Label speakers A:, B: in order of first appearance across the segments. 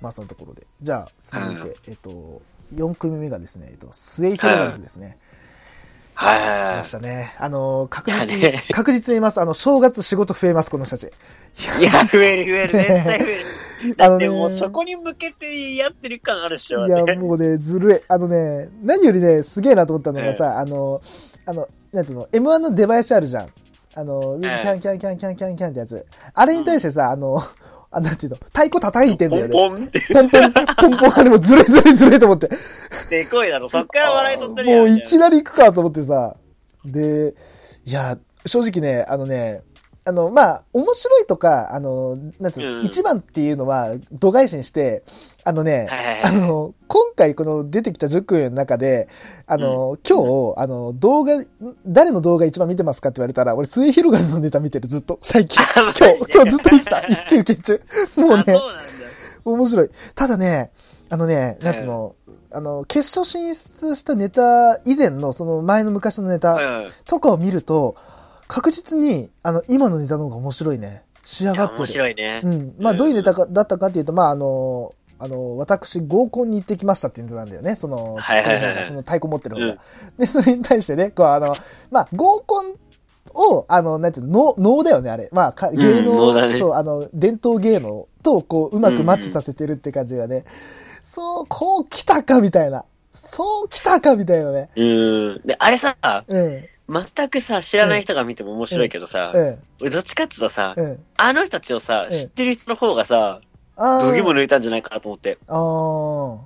A: まあそのところで。じゃあ、続いて、えっと、4組目がですね、えっと、末広がりずですね。
B: はい
A: 来
B: は
A: ましたね。あの、確実
B: いや
A: に
B: ね、
A: 確実に言います。あの、正月仕事増えます、この人たち。
B: い。いや、増える増える、絶対増える。
A: あの
B: だっ
A: ね
B: てもうそこに向けてやってる感あるでしょ。
A: いや
B: だって、
A: もうね、ずるい。あのね、何よりね、すげえなと思ったのがさ、あの、あの、なんつうの、M1 の出囃子あるじゃん。あの、キ
B: ええ
A: ャンキャンキャンキャンキャンキャンってやつ。あれに対してさ、あの、あ、なんていうの、太鼓叩いてんだよね。
B: ポンポンって
A: ポンポン、ポンポン、あれもずるいずるいずるいと思って。
B: でこいだろ。そっから笑い取ってるやん。
A: もういきなり行くかと思ってさ。で、いや、正直ね、あのね、あの、まあ、面白いとか、あの、なんつうの、
B: うん
A: 一番っていうのは度外視にして、あのね、
B: はいはい
A: あ
B: はい。
A: の、今回この出てきた10組の中で、あの、今日、あの、動画、誰の動画一番見てますかって言われたら、俺、末広がりのネタ見てる、ずっと。最近。
B: あマジ
A: 今
B: で
A: 日、今日ずっと見てた。一休憩中。もうね、
B: あ、そうなんだ。
A: 面白い。ただね、あのね、なんつうの、あの、決勝進出したネタ以前の、その前の昔のネタ
B: うん。
A: とかを見ると、確実に、あの、今のネタの方が面白いね。仕上
B: い
A: が
B: や
A: ってる。
B: 面白いね。
A: うん。まあ、
B: うん
A: どういうネタかだったかっていうと、まあ、あの、あの、私、合コンに行ってきましたっていうネタなんだよね。その、
B: はいはい
A: ツ
B: はい
A: ッコミの方がその太鼓持ってる方が。
B: うん
A: で、それに対してね、こう、あの、まあ、合コンを、あの、なんていうの、能能だよね、あれ。まあ、か芸能、
B: うん能だね
A: そう、あの、伝統芸能と、こう、うまくマッチさせてるって感じがね、そう、こう来たか、みたいな。そう来たか、みたいなね。
B: うん。で、あれさ、
A: うん、
B: 全くさ、知らない人が見ても面白いけどさ、
A: うん、
B: 俺どっちかっていうとさ、
A: うん。
B: あの人たちをさ、
A: うん
B: 知ってる人の方がさ、
A: あ
B: 度肝
A: ー
B: 抜いたんじゃないかなと思って。
A: あ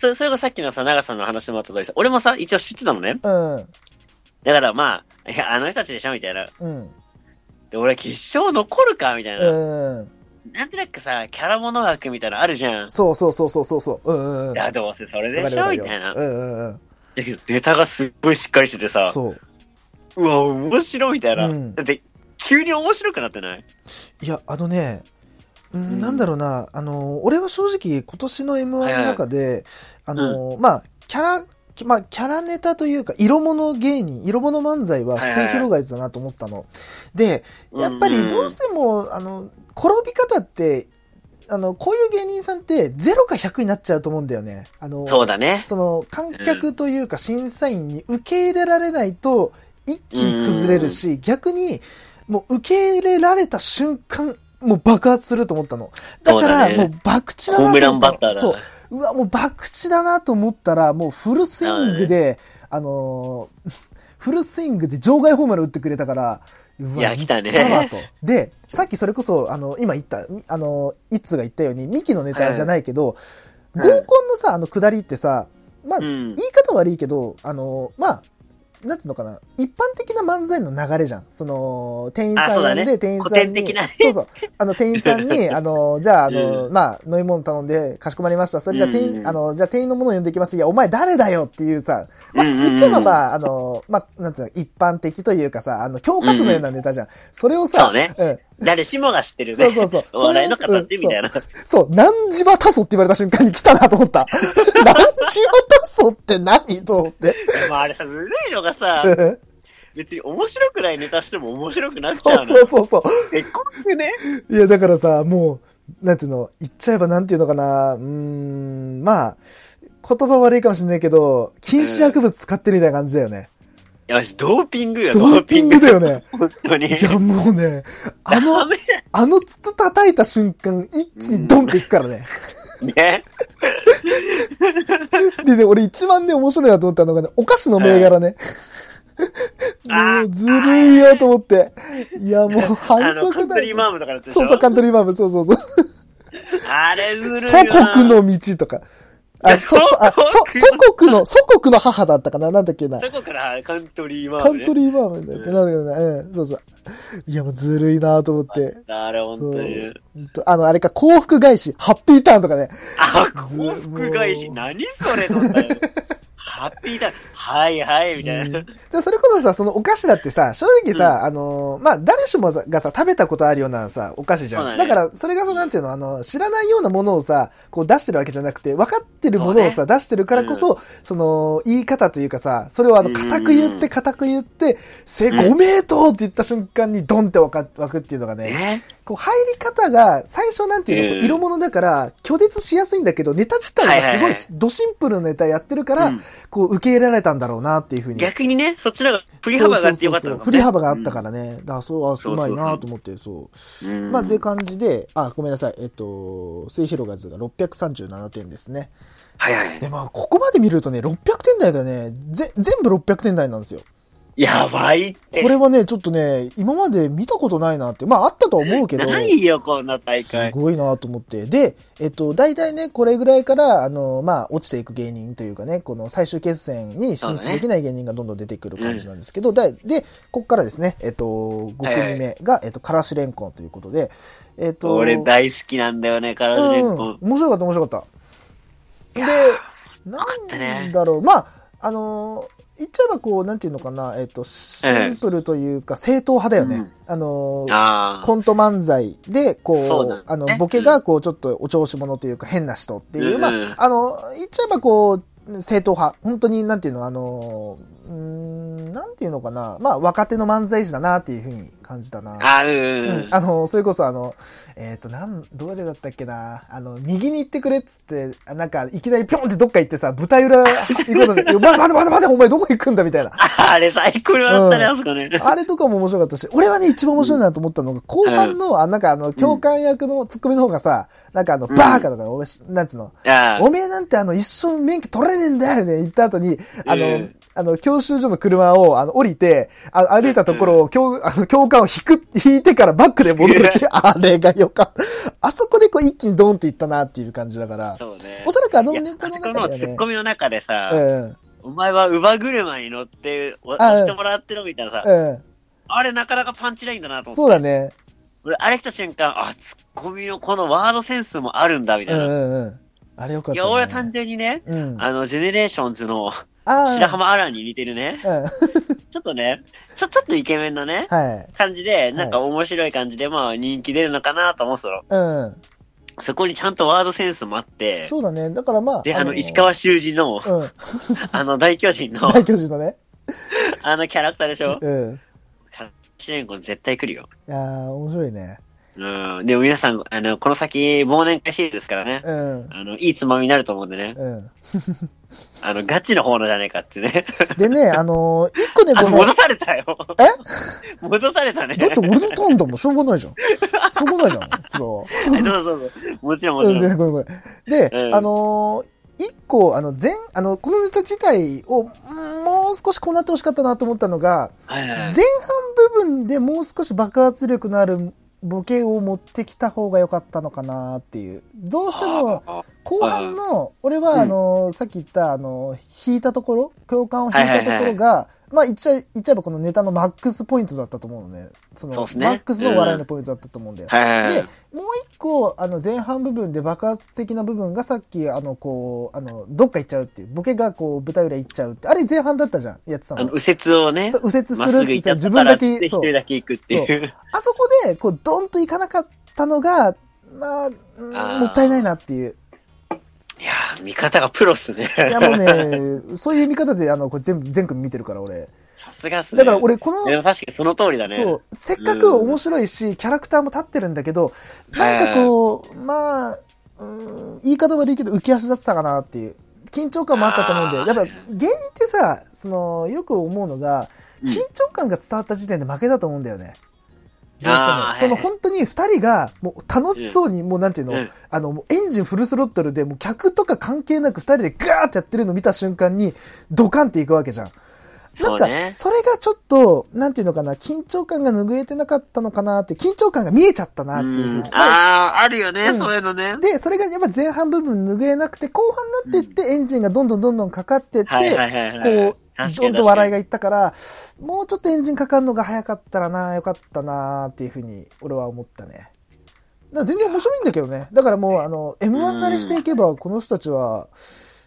B: それそれがさっきのさ、長さんの話もあった通りさ、俺もさ、一応知ってたのね。
A: ー、
B: だからまあ、いや、あの人たちでしょみたいな。
A: うん、うん、
B: で、俺決勝残るかみたいな。
A: うん。
B: なんとなくさ、キャラもの枠みたいなのあるじゃん。
A: そうそうそうそうそうそう。うんうんうん。
B: いや、どうせそれで
A: わか
B: し
A: るわ
B: ょ
A: かる
B: み
A: よ
B: たいな。
A: う
B: だ
A: んうんうん。
B: けど、ネタがすっごいしっかりしててさ、
A: そう。
B: うわ、面白いみたいな。
A: うん
B: だって、急に面白くなってない
A: いや、あのね、うん
B: うん
A: なんだろうな、あの、俺は正直今年の M1
B: はいはい
A: の中で、あの、まあ、キャラ、まあ、キャラネタというか、色物芸人、色物漫才は
B: はいはい
A: 末広がりだなと思ってたの。で、やっぱりどうしても、あの、転び方って、あの、こういう芸人さんって0か100になっちゃうと思うんだよね。あの、
B: そうだね。
A: その観客というか審査員に受け入れられないと一気に崩れるし、逆にもう受け入れられた瞬間、もう爆発すると思ったの。だから
B: そうだね
A: もう爆打だ
B: ホーム
A: な
B: ラ
A: と思
B: ン
A: った
B: バ
A: の
B: ッターだな。
A: そう。うわ、もう爆打だなと思ったら、もうフルスイングで、あのー フルスイングで場外ホームラン打ってくれたから、うわ、
B: いや来たね
A: 行ったわと。で、さっきそれこそ、あの、今言った、みあの、イッツが言ったように、ミキのネタじゃないけど、
B: うん
A: 合コンのさ、あの、下りってさ、まあ、
B: う
A: 言い
B: ん。
A: 方悪いけど、あの、まあ、なんていうのかな、一般的な漫才の流れじゃん。その、店員
B: あ
A: さん
B: そうだ
A: 呼ん
B: ね
A: で、店員さん
B: 古典
A: に
B: 的なね、
A: そうそう、あの、店員さん に、あの、じゃあ、あの、
B: う
A: まあ、飲み物頼んで、かしこまりました。それじゃあ、店
B: うんう
A: 員、
B: ん
A: あの、じゃあ、店員のものを呼んでいきます。いや、お前誰だよっていうさ、まあ、
B: うんうんう
A: 言
B: ん
A: っちゃえばまあ、あの、まあ、なんていうの、一般的というかさ、あの、教科書のようなネタじゃん。それをさ、
B: そうね
A: うん。
B: 誰しもが知ってるね。
A: そうそうそう
B: お笑いの形
A: それを
B: みたいな。
A: そう、何時はタソって言われた瞬間に来たなと思 った。何時はタソって何と思って。
B: まああれさ、ずるいのがさ、別に面白くないネタしても面白くなっち
A: そ
B: ゃ
A: う
B: うの。
A: そうそうそう。
B: 結婚ってね。
A: いや、だからさ、もう、なんていうの、言っちゃえばなんていうのかな、うーん、まあ、言葉悪いかもしれないけど、禁止薬物使ってるみたいな感じだよね。
B: いや、ドーピングよ、
A: ドーピングだよね。
B: 本当に。
A: いや、もうね、あ
B: ダ
A: の、
B: メ
A: あの筒叩いた瞬間、一気にドンっていくからね。
B: だね。
A: でね、俺一番ね、面白いなと思ったのがね、お菓子の銘柄ね。も
B: あ
A: うずるいよと思って。いや、もう
B: あ
A: 反
B: の、カ
A: 則
B: ン
A: だ
B: トリー
A: よ。
B: マームとかだったでしょ
A: そうそう、カントリーマーム、そうそうそう。
B: あれずるいわ。
A: 祖国の道とか。
B: い
A: あ、
B: や
A: そ、そ、あ、そ、祖国の、祖国の母だったかななんだっけな。
B: どこからカントリーマ
A: カ
B: ーム、
A: ン
B: ね、
A: トリーマームだって、なんだっけな。うん、そうそう。いや、もうずるいなと思って。
B: あれ、本
A: そ
B: 当に
A: う。。あの、あれか、幸福返し、ハッピーターンとかね。
B: あ、幸福返し、
A: もう
B: 何それのだよ。ハッピーだ。はいはい、みたいな。
A: で、それこそさ、そのお菓子だってさ、正直さ、あのー、まあ、誰しもがさ、食べたことあるようなさ、お菓子じゃん。
B: そうだ
A: だ
B: ね
A: から、それがさ、なんていうの、あの、知らないようなものをさ、こう出してるわけじゃなくて、分かってるものを
B: そ
A: さ、出してるからこそ、その、言い方というかさ、それをあの、
B: うんうんうん
A: 固く言って、固く言って、せ、
B: うん
A: ご名答って言った瞬間に、ドンってわか、湧くっていうのがね、
B: ね。
A: こう入り方が最初なんていうの、こう
B: うん
A: 色物だから拒絶しやすいんだけど、ネタ自体は
B: は
A: す
B: いは
A: ご
B: いはいい
A: ドシンプルなネタやってるから、
B: うん
A: こう受け入れられたんだろうなっていうふうに。
B: 逆にね、そっちの方が振り幅があってよかった
A: そう
B: の
A: そうそう
B: か
A: 振
B: も、ね。
A: り幅があったからね。だからそう、あ、
B: そうう
A: ま
B: そう
A: い
B: そう
A: なと思って、そう。
B: ら。うん
A: まあ、で、感じで、あ、ごめんなさい。えっと、末広がずが637点ですね。
B: はいはい。
A: で、まあ、ここまで見るとね、600点台がね、ぜ、全部600点台なんですよ。
B: やばいって。
A: これはね、ちょっとね、今まで見たことないなって、まあ、あったとは思うけど、
B: ないよ、こんな大
A: す
B: 会。
A: ごいなと思って。で、えっと、大体ね、これぐらいから、あの、まあ、落ちていく芸人というかね、この最終決戦に進出できない芸人がどんどん出てくる感じなんですけど、だいで、こっからですね、えっと、5組目が、えっと、からしれんこんということで、えっと、
B: 俺大好きなんだよね、からしれん
A: うん、
B: こん。
A: 面白かった、面白かった。で
B: いやー、ったね
A: なんだろう、まあ、あのー言っちゃえばこう、なんていうのかな、えっと、シンプルというか、正統派だよね。
B: うん
A: あのー
B: ああ。
A: コント漫才で、こ
B: そう
A: う、
B: だね
A: あの、ボケが、こう、ちょっとお調子者というか、変な人っていう、
B: うん
A: まあ、あの、言っちゃえば、こう、正統派。本当に、なんていうの、あの、うーん、なんていうのかな。まあ、若手の漫才師だな、っていうふうに感じたな。
B: あうんうん
A: う
B: う
A: ん。
B: ん
A: あの、それこそあの、えっ、と、なん、どれだったっけな、あの、右に行ってくれっつって、あなんか、いきなりぴょんってどっか行ってさ、舞台裏行こうとして、いや待て待て待て待て、お前どこ行くんだみたいな。
B: ああれ最高に笑ったね、
A: うん
B: あそこね。
A: あれとかも面白かったし、俺はね、一番面白いなと思ったのが、後半の、あなんかあの、教官役のツッコミの方がさ、なんかあの、
B: うん
A: バーカとか、お前し、なんつうの、
B: あ
A: おめえなんてあの、一生免許取れねえんだよね、言った後に、あの、
B: うん
A: あの、教習所の車を、あの、降りて、あの歩いたところを、教、あの、教官を引く、引いてからバックで戻るって、あれがよかった。あそこでこう、一気にドンっていったなっていう感じだから
B: あ。、そうね。
A: おそらくあの
B: いや
A: ネタの中
B: あそこ
A: では
B: の
A: ね
B: ツッコミの中でさ、
A: うん、
B: お前は馬車に乗って押してもらってるみたいなさ、
A: う
B: あれなかなかパンチラインだなと
A: ん、
B: 思って。
A: そうだね。
B: 俺、あれ来た瞬間、あ、ツッコミのこのワードセンスもあるんだ、み
A: う
B: たい
A: ん、
B: な。
A: うん、うん。あれよかっ
B: い
A: た、
B: や、
A: ね。
B: 俺は単純にね、
A: うん。
B: あの、ジェネレーションズの
A: あー
B: 白浜アランに似てるね、
A: うん。
B: ちょっとね、ちょ、ちょっとイケメンのね、
A: はい。
B: 感じで、なんか面白い感じで、まあ人気出るのかなと思ってた
A: う
B: の。
A: ん。
B: そこにちゃんとワードセンスもあって、
A: そうだね。だからまあ。
B: で、あの、石川修司の、
A: うん。
B: あの、大巨人の、
A: 大巨人のね。
B: あのキャラクターでしょ
A: うん。
B: 試練校絶対来るよ。
A: いやー、面白いね。
B: うん。でも皆さん、あの、この先、忘年会シリーズですからね。
A: うん。
B: あの、いいつまみになると思うんでね。
A: うん。
B: あの、ガチの方のじゃねえかってね。
A: で ね、あのー一個ね、こ
B: あの、
A: の
B: 戻、されたよ。 戻されたね。
A: だって俺のターンだもん、しょうがないじゃん。しょうがないじゃん、そ
B: はいそうそうそう。もちろん、
A: れは。うん、ごめ
B: もちろん。
A: んごめんごめん。で、
B: うん
A: あのー一個、あの、前、あの、このネタ自体を、うんもう少しこうなってほしかったなと思ったのが、
B: はいはい
A: 前
B: はい
A: 半部分でもう少し爆発力のあるボケを持ってきた方が良かったのかなっていう。どうしても、
B: あ
A: 後半の、俺は、あの、さっき言った、あの、引いたところ、共感を引いたところが、まあ、言っちゃえ、言っちゃえばこのネタのマックスポイントだったと思うのね。その、
B: そ
A: マ
B: うっすね
A: ックスの笑いのポイントだったと思うんだよ。
B: ーはいはい
A: で
B: はい。、
A: もう一個、あの、前半部分で爆発的な部分がさっき、あの、こう、あの、どっか行っちゃうっていう、ボケがこう、舞台裏行っちゃうって、あれ前半だったじゃん、やってた
B: あの、
A: の。
B: 右折をね
A: そ、う右折す
B: ま
A: る
B: っす
A: って
B: ぐ
A: 言っ
B: 行った
A: た自
B: 自分
A: 分
B: だ
A: だ
B: け、
A: け、
B: 一
A: そう
B: 人。だけ行くっていう。
A: あそこで、こう、ドンと行かなかったのが、まあ、うん
B: あー
A: もったいないなっていう。
B: いやー、味方がプロっすね。
A: いやもうね、 そういう見方で、あの、これ全部、全組見てるから、俺。
B: さすがっすね。
A: だから俺、この、
B: でも確かにその通りだね。
A: そう、せっかく面白いし、キャラクターも立ってるんだけど、なんかこう、まあ、うん言い方悪いけど、浮き足立ってたかなっていう。緊張感もあったと思うんで、
B: あ
A: やっ
B: ー
A: ぱ芸人ってさ、その、よく思うのが、
B: うん
A: 緊張感が伝わった時点で負けだと思うんだよね。どうしても
B: あー
A: その
B: はいはい
A: 本当に二人が、もう楽しそうに、もうなんていうの、
B: うん
A: あの、もうエンジンフルスロットルで、もう客とか関係なく二人でガーってやってるの見た瞬間に、ドカンっていくわけじゃん。な
B: そ
A: ん
B: う
A: か、
B: ね
A: それがちょっと、なんていうのかな、緊張感が拭えてなかったのかなって、緊張感が見えちゃったなっていうふう
B: うん
A: に。
B: ああ、あるよね、
A: うん
B: そういうのね。
A: で、それがやっぱ前半部分拭えなくて、後半になってって、エンジンがどんどんどんどんかかってって、
B: はいはいはいはい。
A: こう、どんどん笑い
B: が。
A: がいったから、もうちょっとエンジンかかるのが早かったらな、よかったなっていうふうに、俺は思ったね。だから全然面白いんだけどね。だからもう、あの、M1 慣れしていけば、この人たちは、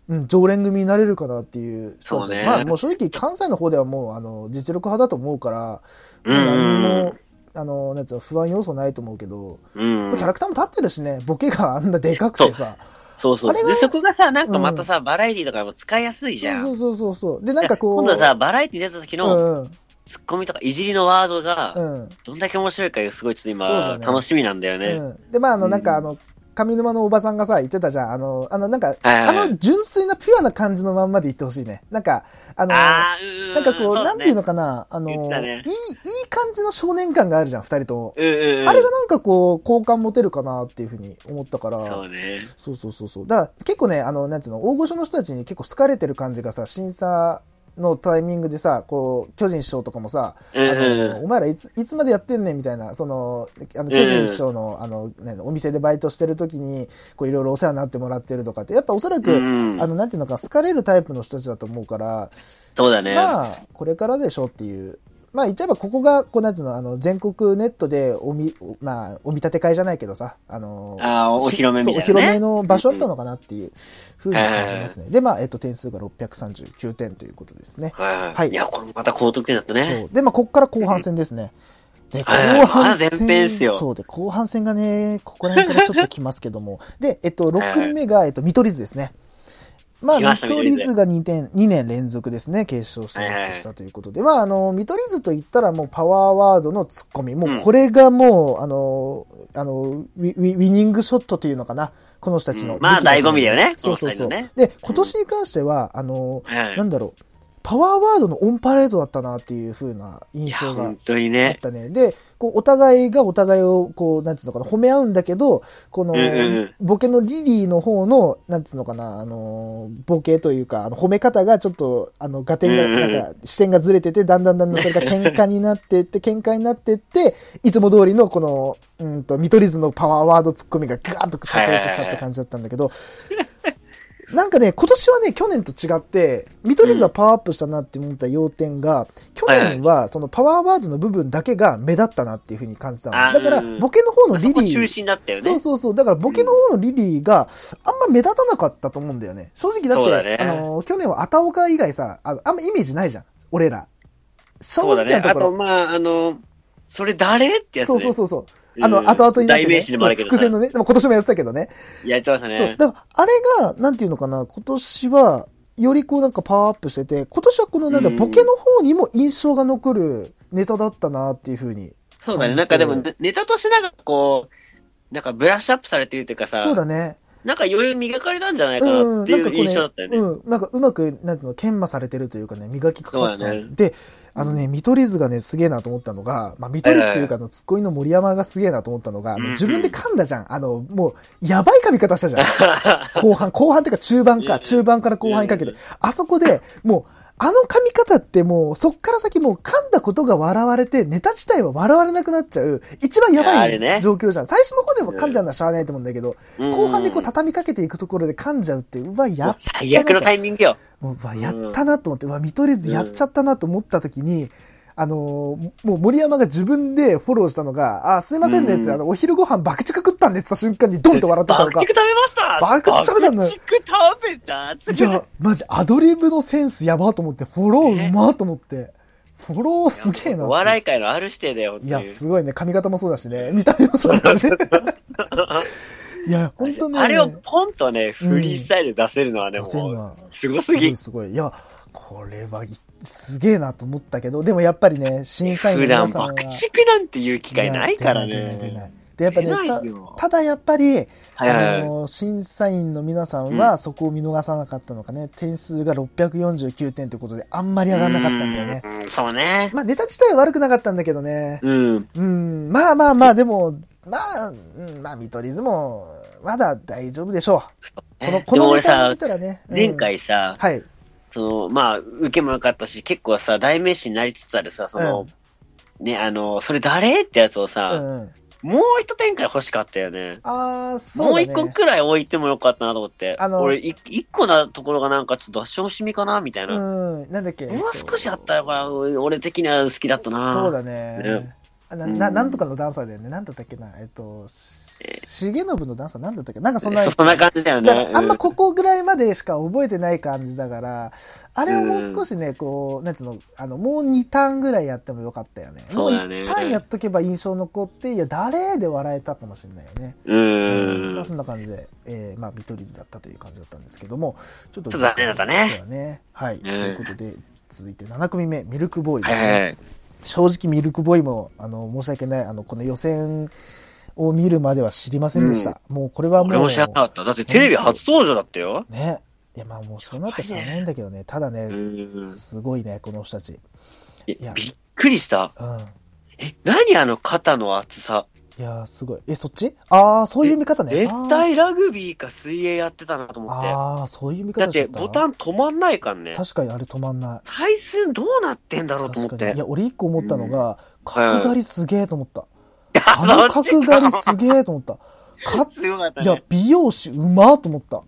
A: うん、常連組になれるかなっていう人たち
B: そうね
A: まあ、もう正直、関西の方ではもう、あの、実力派だと思うから、
B: うん
A: 何も、あの、なんつうの、不安要素ないと思うけど、
B: うん
A: キャ。ラクターも立ってるしね、ボケがあんなでかくてさ。
B: そうそ
A: あ
B: う。
A: れが
B: で、そこがさ、なんかまたさ、バラエティとかでも使いやすいじゃん。
A: そうそうそうそう。で、なんかこう。
B: 今度さ、バラエティ出た時の、
A: うんうん。
B: ツッコミとかいじりのワードが、
A: うん。
B: どんだけ面白いかすごいちょっと
A: そう
B: 今、
A: だね
B: 楽しみなんだよね。
A: うん、で、まあ、あの、
B: うん
A: なんか、あの、上沼のおばさんがさ、言ってたじゃん。あの、あの、なんか、
B: はいはい
A: あの、純粋なピュアな感じのまんまで言ってほしいね。なんか、あの、
B: あーうん。
A: なんかこう、なんていうの
B: か。
A: かな、あの、
B: 言ってたね
A: いい、いい感じの少年感があるじゃん、二人とも。
B: うんうんうん。
A: あれがなんかこう、好感持てるかなっていうふうに思ったから。
B: そうね。
A: そうそうそうそう。だから結構ね、あの、なんつうの、大御所の人たちに結構好かれてる感じがさ、審査のタイミングでさ、こう、巨人師匠とかもさ、
B: うんうん
A: あのお前らいついつまでやってんねんみたいな、その、あの巨人師匠の、あの、ね、お店でバイトしてる時に、こう、いろいろお世話になってもらってるとかって、やっぱおそらく、
B: うんうん
A: あの、なんていうのか、好かれるタイプの人たちだと思うから、
B: そうだね。
A: まあ、これからでしょっていう。まあ、言っちゃえば、ここが、こう、なんつうの、あの、全国ネットで、おみ、おまあ、お見立て会じゃないけどさ、あの、
B: ああ、お披露目
A: そうお
B: みた
A: 披
B: い
A: 露
B: な、ね。
A: 目の場所だったのかなっていうふうに感じますね。で、まあ、えっと、点数が639点ということですね。
B: はい。
A: はい
B: いや、これまた高得点だったね。
A: そう。で、まあ、ここから後半戦ですね。で、後
B: はいはい
A: 半戦
B: ま。だ前編っすよ
A: そうで、後半戦がね、ここら辺からちょっと来ますけども。 で、えっと、6組目が、えっと、見取り図ですね。まあ、
B: 来
A: 見
B: ました
A: 取り図が2点、2年連続ですね、決勝進出したということで。まあ、あの、見取り図と言ったらもうパワーワードのツッコミ。もうこれがもう、あの、あの、ウィウィウィニングショットというのかな。この人たちの武器
B: まあ
A: というか
B: 醍醐味だよね
A: そうそうそう。
B: この二人のね
A: で、今年に関しては、あの、
B: はい
A: なんだろう、パワーワードのオンパレードだったなっていう風な印象が
B: 本当に
A: あっ
B: ね。
A: たね。で、こう、お互いがお互いを、こう、なんつうのかな、褒め合うんだけど、この
B: うんうんうん、
A: ボケのリリーの方の、なんつうのかな、あのー、ボケというか、あの褒め方がちょっと、あの、合点が、
B: うんうん
A: な
B: うん
A: んか、視点がずれてて、だんだんだんだんそれが喧嘩になって って、喧嘩になってって、いつも通りの、この、うんと、見取り図のパワーワードツッコミがガーッと炸裂したって感じだったんだけど、 なんかね、今年はね、去年と違って、見取り図はパワーアップしたなって思った要点が、去年はそのパワーワードの部分だけが目立ったなっていうふうに感じたの。
B: あ
A: だから、
B: うん
A: ボケの方のリ
B: そこ
A: リ
B: 中
A: ー、
B: 心だったよね。
A: そうそうそう、だからボケの方のリリーがあんま目立たなかったと思うんだよね。正直だ
B: そうだ
A: って、
B: ね
A: あの、去年はアタオカ以外さ、あのあんまイメージないじゃん、俺ら。正
B: そうだ
A: 直
B: ね。
A: なと
B: あ、
A: ことろ。
B: まあ、あの、それ誰ってやつ、
A: そ
B: ね。
A: うそうそうそう。
B: うん
A: あの、後々になって、
B: 代
A: ね、
B: 名詞でもあ
A: そう
B: るけど
A: 伏
B: さ
A: 線のね、でも今年もやってたけどね。
B: やってましたね。
A: そう。だから、あれが、なんていうのかな、今年は、よりこうなんかパワーアップしてて、今年はこのなんか
B: うん
A: ボケの方にも印象が残るネタだったなっていうふうに。
B: そうだね。
A: 感
B: なんか
A: じて
B: でも、ねネタとしてなんかこう、なんかブラッシュアップされてるというかさ、
A: そうだね。
B: なんか余裕磨かれたんじゃないか
A: う。
B: なんって
A: ないんか
B: う
A: こう
B: 印象だった
A: ね
B: よ、 ね。
A: うん。なんかうまく、なんていうの、研磨されてるというかね、磨きかかってた
B: そうだね。
A: で、あのね、見取り図がね、すげえなと思ったのが、まあ、見取り図というか、あの、ツッコミの森山がすげえなと思ったのが、あ
B: うん
A: の
B: うん
A: 自分で噛んだじゃん。あの、もう、やばい噛み方したじゃん。後半、後半っていうか中盤
B: うんう
A: か、
B: ん
A: 中盤から後半にかけて、あそこで、もう、あの噛み方ってもう、そっから先もう噛んだことが笑われて、ネタ自体は笑われなくなっちゃう、一番やば
B: あれ
A: い
B: ね
A: 状況じゃん。最初の方でも噛んじゃうのはしゃあないと思うんだけど、
B: うん
A: 後半でこう畳みかけていくところで噛んじゃうって、うわ、やっ
B: 最悪のタイミングよ。
A: もう、うわ、やったなと思って、うわ、見取り図やっちゃったなと思った時に、あのーももう森山が自分でフォローしたのが、あ、すいませんねって、
B: うん
A: あの、お昼ご飯爆竹食ったんでって言った瞬間にドンって笑ってたの
B: 爆
A: が
B: 竹、食べました
A: 爆竹食べたんだよ
B: 爆竹食べたつっ
A: い
B: て
A: や、マジアドリブのセンスやばと思って、フォローうまと思って、フォローすげえな
B: お
A: って。
B: 笑い界のある指定だよって
A: い
B: い
A: や、
B: う
A: すごいね。髪型もそうだしね。見た目もそうだ しね。いや、本当ね。
B: あれをポンとね、フリースタイルで出せるのはね、
A: 出せるの
B: も
A: は
B: う、すごすぎ。
A: すごいすごい。いや、これはいすげえなと思ったけど、でもやっぱりね、審査員の
B: 普
A: 皆
B: 段
A: さんは。
B: 爆竹なんていう機会ないから
A: 出ない出ない出な
B: ね
A: い。で、やっぱ
B: 出ない
A: ね
B: よ、
A: たただやっぱり、
B: はいはいはい
A: あのー審査員の皆さんはそこを見逃さなかったのかね、点数が649点ということで、あんまり上がらなかったんだよね。
B: うん。そうね。
A: まあ、ネタ自体は悪くなかったんだけどね。
B: うん。
A: うん、まあまあまあ、でも、まあ、うんまあ、見取り図も、まだ大丈夫でしょう。この、
B: え
A: こ
B: でも
A: のネ
B: 俺
A: タを
B: さ
A: 見、たらね。うん
B: 前、回さ、
A: はい。
B: その、まあ、受けも良かったし、結構さ、代名詞になりつつあるさ、その、ね、あの、それ誰ってやつを
A: う
B: さ、
A: んうん。
B: もう一展開欲しかったよね。
A: ああ、そう
B: も
A: だ
B: う
A: ね。
B: 一個くらい置いてもよかったなと思って。
A: あの
B: 俺、い一個なところがなんかちょっと出し惜しみかなみたいな。
A: うん、なんだっけ。
B: もう少しあったら、これ俺的には好きだったな
A: そうだね
B: ね。
A: あな、
B: うん
A: な、なんとかのダンサーだよね。なんだったっけな。えっと、し重信のダンサーなんだったっけなんかそんな。
B: そそんな感じだよ
A: だから
B: ね。
A: あんま
B: こ
A: ここぐらいまでしか覚えてない感じだから、あれをもう少しね、こう、なんつうの、あの、もう2ターンぐらいやってもよかったよね。も
B: そううだね
A: 1ターンやっとけば印象残って、いや、誰で笑えたかもしれないよね。
B: う
A: うん
B: ん。
A: ま
B: う
A: あ、そんな感じで、えー、まあ、見取り図だったという感じだったんですけども、ちょっと
B: ちょっと残念だったね
A: そうだね。はい。
B: ん
A: ということで、続いて7組目、ミルクボーイ
B: は
A: です
B: い
A: ね。
B: はいはい。
A: 正直ミルクボーイも、あの、申し訳ない、あの、この予選を見るまでは知りませんでした。もうこれは
B: 俺
A: も
B: も
A: う、
B: 知らなかった。だってテレビ初登場だったよ。
A: ね。いや、まあもうそうなったら知らないんだけどね。ただ
B: う
A: ね、
B: ん。
A: すごいね、この人たち。
B: い
A: いや
B: やびっくりした。
A: うん。
B: え、何あの肩の厚さ。
A: いやー、すごい。え、そっちああ、そういう見方ね。
B: 絶対ラグビーか水泳やってたなと思って。
A: あーあー、そういう見
B: だ
A: 方
B: っ
A: しちゃ
B: て
A: った。
B: ボタン止まんないからね。
A: 確かにあれ止まんない。
B: 採寸どうなってんだろうと思
A: 確
B: っ
A: か
B: て
A: に。い。や、俺一個思ったのが、角刈りすげえと思った。あ
B: あ
A: の
B: そっち
A: 角刈りすげえと思 った。か
B: すごかった
A: いや
B: ね。、
A: 美容師うまーと思った。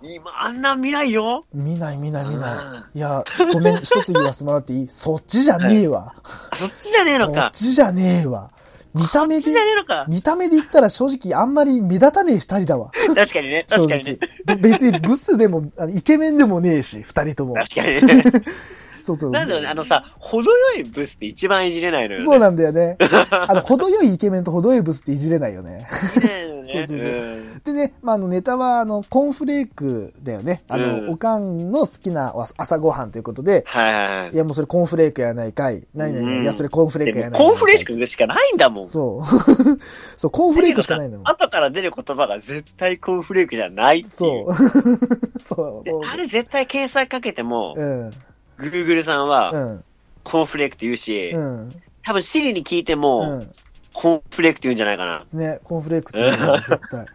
B: 今、あんなん見ないよ。
A: 見ない見ない見ない。いや、ご めん、一つ言わせてもらっていいそっちじゃねえわ。
B: あそっちじゃねえ
A: そ
B: の
A: っ
B: か。
A: ちじゃねえわ。見た
B: そ
A: 目
B: っち
A: で
B: じ、ゃねえ のか。
A: 見た目で言ったら正直あんまり目立たねえ二人だわ。
B: 確かにね。
A: 正
B: 確かにね
A: 直。。ど別にブスでも、あのイケメンでもねえし、二人とも。
B: 確かにね。
A: そうそう。
B: なんだろうね、あのさ、程よいブスって一番いじれないのよね。
A: そうなんだよ ね。あの、程よいイケメンと程よいブスっていじれないよね。
B: いじれないのね。
A: そうそう
B: うん
A: でね、まあ、あの、ネタは、あの、コーンフレークだよね。あの、
B: うん
A: おかんの好きなお朝ごはんということで、
B: はいはいはい
A: い。や、もうそれコーンフレークやないかい。ないないない。
B: うん
A: いや、それコーンフレーク
B: で
A: やな
B: も
A: いかい。
B: コーンフレークしかないんだもん。
A: そう。 そう、コーンフレークしかないんだもん。
B: 後から出る言葉が絶対コーンフレークじゃないっていう。
A: そう。 そう。
B: で
A: そう
B: あれ絶対検索かけても、
A: うん。
B: Google さんは
A: うん。
B: コーンフレークって言うし、
A: うん。
B: 多分 Siri に聞いて
A: う
B: も、
A: ん。
B: コーンフレークって言うんじゃないかな。
A: ね、コーンフレークって言うんだよ絶 対。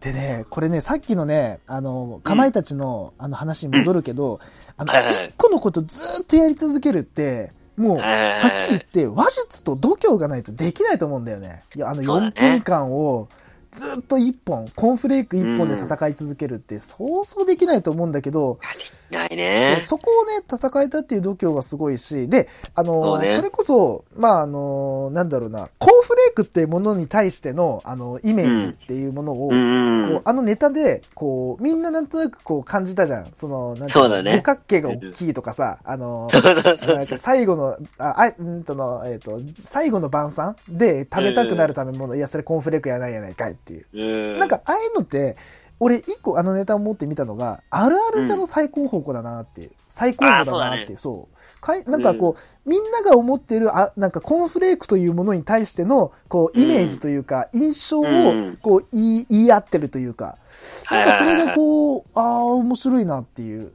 A: でね、これね、さっきのね、あの、かまいたちの、あの話に戻るけど、あの、
B: はいはい
A: 一個のことずーっとやり続けるって、もう、
B: はいはいは
A: はいっきり言って、話術と度胸がないとできないと思うんだよね。いや、あの、
B: そうだね
A: 4分間を、ずっと1本、コーンフレーク1本で戦い続けるって、そうそうできないと思うんだけど、
B: ない
A: そう
B: ね。
A: そこをね、戦えたっていう度胸がすごいし、で、あの
B: そ
A: ー
B: う
A: そ,、
B: ね
A: れこそ、まあ、あのーなんだろうな、コーンフレークっていうものに対しての、あの、イメージっていうものを、
B: うんう。
A: こうんあのネタで、こう、みんななんとなくこう感じたじゃん。その、なんてい
B: そうだね
A: 五角形が大きいとかさ、あのー
B: そうそうそう。
A: なんか最後の、あ、あうんとの、えっ、と、最後の晩餐で食べたくなる食べ物、いや、それコーンフレークやないやないかいっていう。
B: う ん
A: なん、か、ああいうのって、俺、一個あのネタを持ってみたのが、あるあるネタの最高峰だなっていう。最高峰だなっていう。そうかいなんかこう、みんなが思ってる、あ、なんかコーンフレークというものに対しての、こう、イメージというか、印象を
B: うん、
A: こう、言い、言い合ってるというか、なんかそれが
B: う。
A: こう、ああ、面白いなっていう。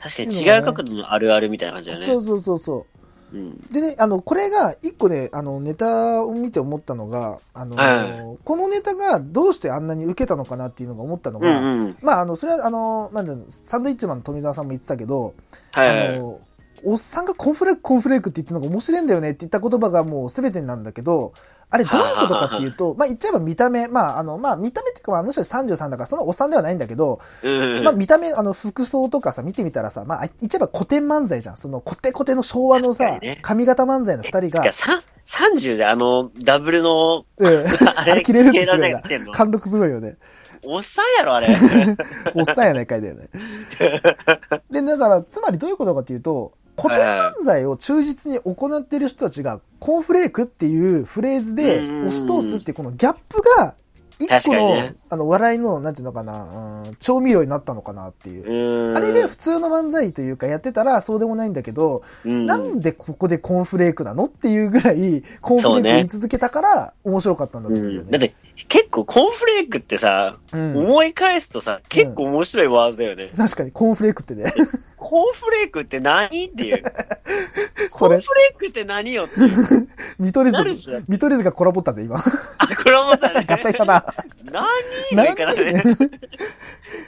B: 確かに違う角度のあるあるみたいな感じだよね。
A: そうそうそうそう。
B: うん。
A: でね、あの、これが、一個ね、あの、ネタを見て思ったのが、あの、
B: はい
A: このネタがどうしてあんなに受けたのかなっていうのが思ったの
B: う
A: が、
B: んうん。
A: まあ、あの、それは、あの、なんだろうサンドイッチマンの富澤さんも言ってたけど、
B: はいはいは
A: あ
B: い。
A: の、おっさんがコンフレーク、コンフレークって言ってるのが面白いんだよねって言った言葉がもう全てなんだけど、あれどういうことかっていうと、まあ言っちゃえば見た目、まああの、まあ見た目っていうか、まああの人33だからそのおっさんではないんだけど、
B: うん
A: まあ見た目、あの服装とかさ、見てみたらさ、まあ言っちゃえば古典漫才じゃん。そのコテコテの昭和のさ
B: 確かにね、
A: 髪型漫才の二人
B: て
A: が
B: か、さ30であの、ダブルの、
A: うん、
B: あ
A: あれ切れるんですよ
B: ね
A: ね。貫禄すごいよね。
B: おっさんやろ、あれ。
A: おっさんやないかいだよ ね。で、だから、つまりどういうことかというと、古典漫才を忠実に行っている人たちが、コーンフレークっていうフレーズで
B: うん
A: 押し通すっていうこのギャップが、一
B: 確
A: 個
B: かに
A: の、
B: ね
A: あの、笑いの、なんていうのかな、うん、調味料になったのかなっていう。あ
B: あ
A: れで普通の漫才というかやってたらそうでもないんだけど、な
B: な
A: んでここでコーンフレークなのっていうぐらい、コーンフレーク言い続けたから面白かったんだと思うんだよ
B: だっ
A: ね。
B: て、結構コーンフレークってさ、
A: うん。
B: 思い返すとさ、結構面白いワードだよね。
A: 確かにコーンフレークってね。
B: コーンフレークって何っていう。コ
A: そ
B: ーン
A: れ
B: フ、レークって何よっていう。
A: 見取り
B: なる
A: 図
B: じゃん、
A: 見取り図がコラボった ぜ、今。
B: あ、これもさ、ね、
A: 合体した な。
B: 何なんか
A: 何
B: ね。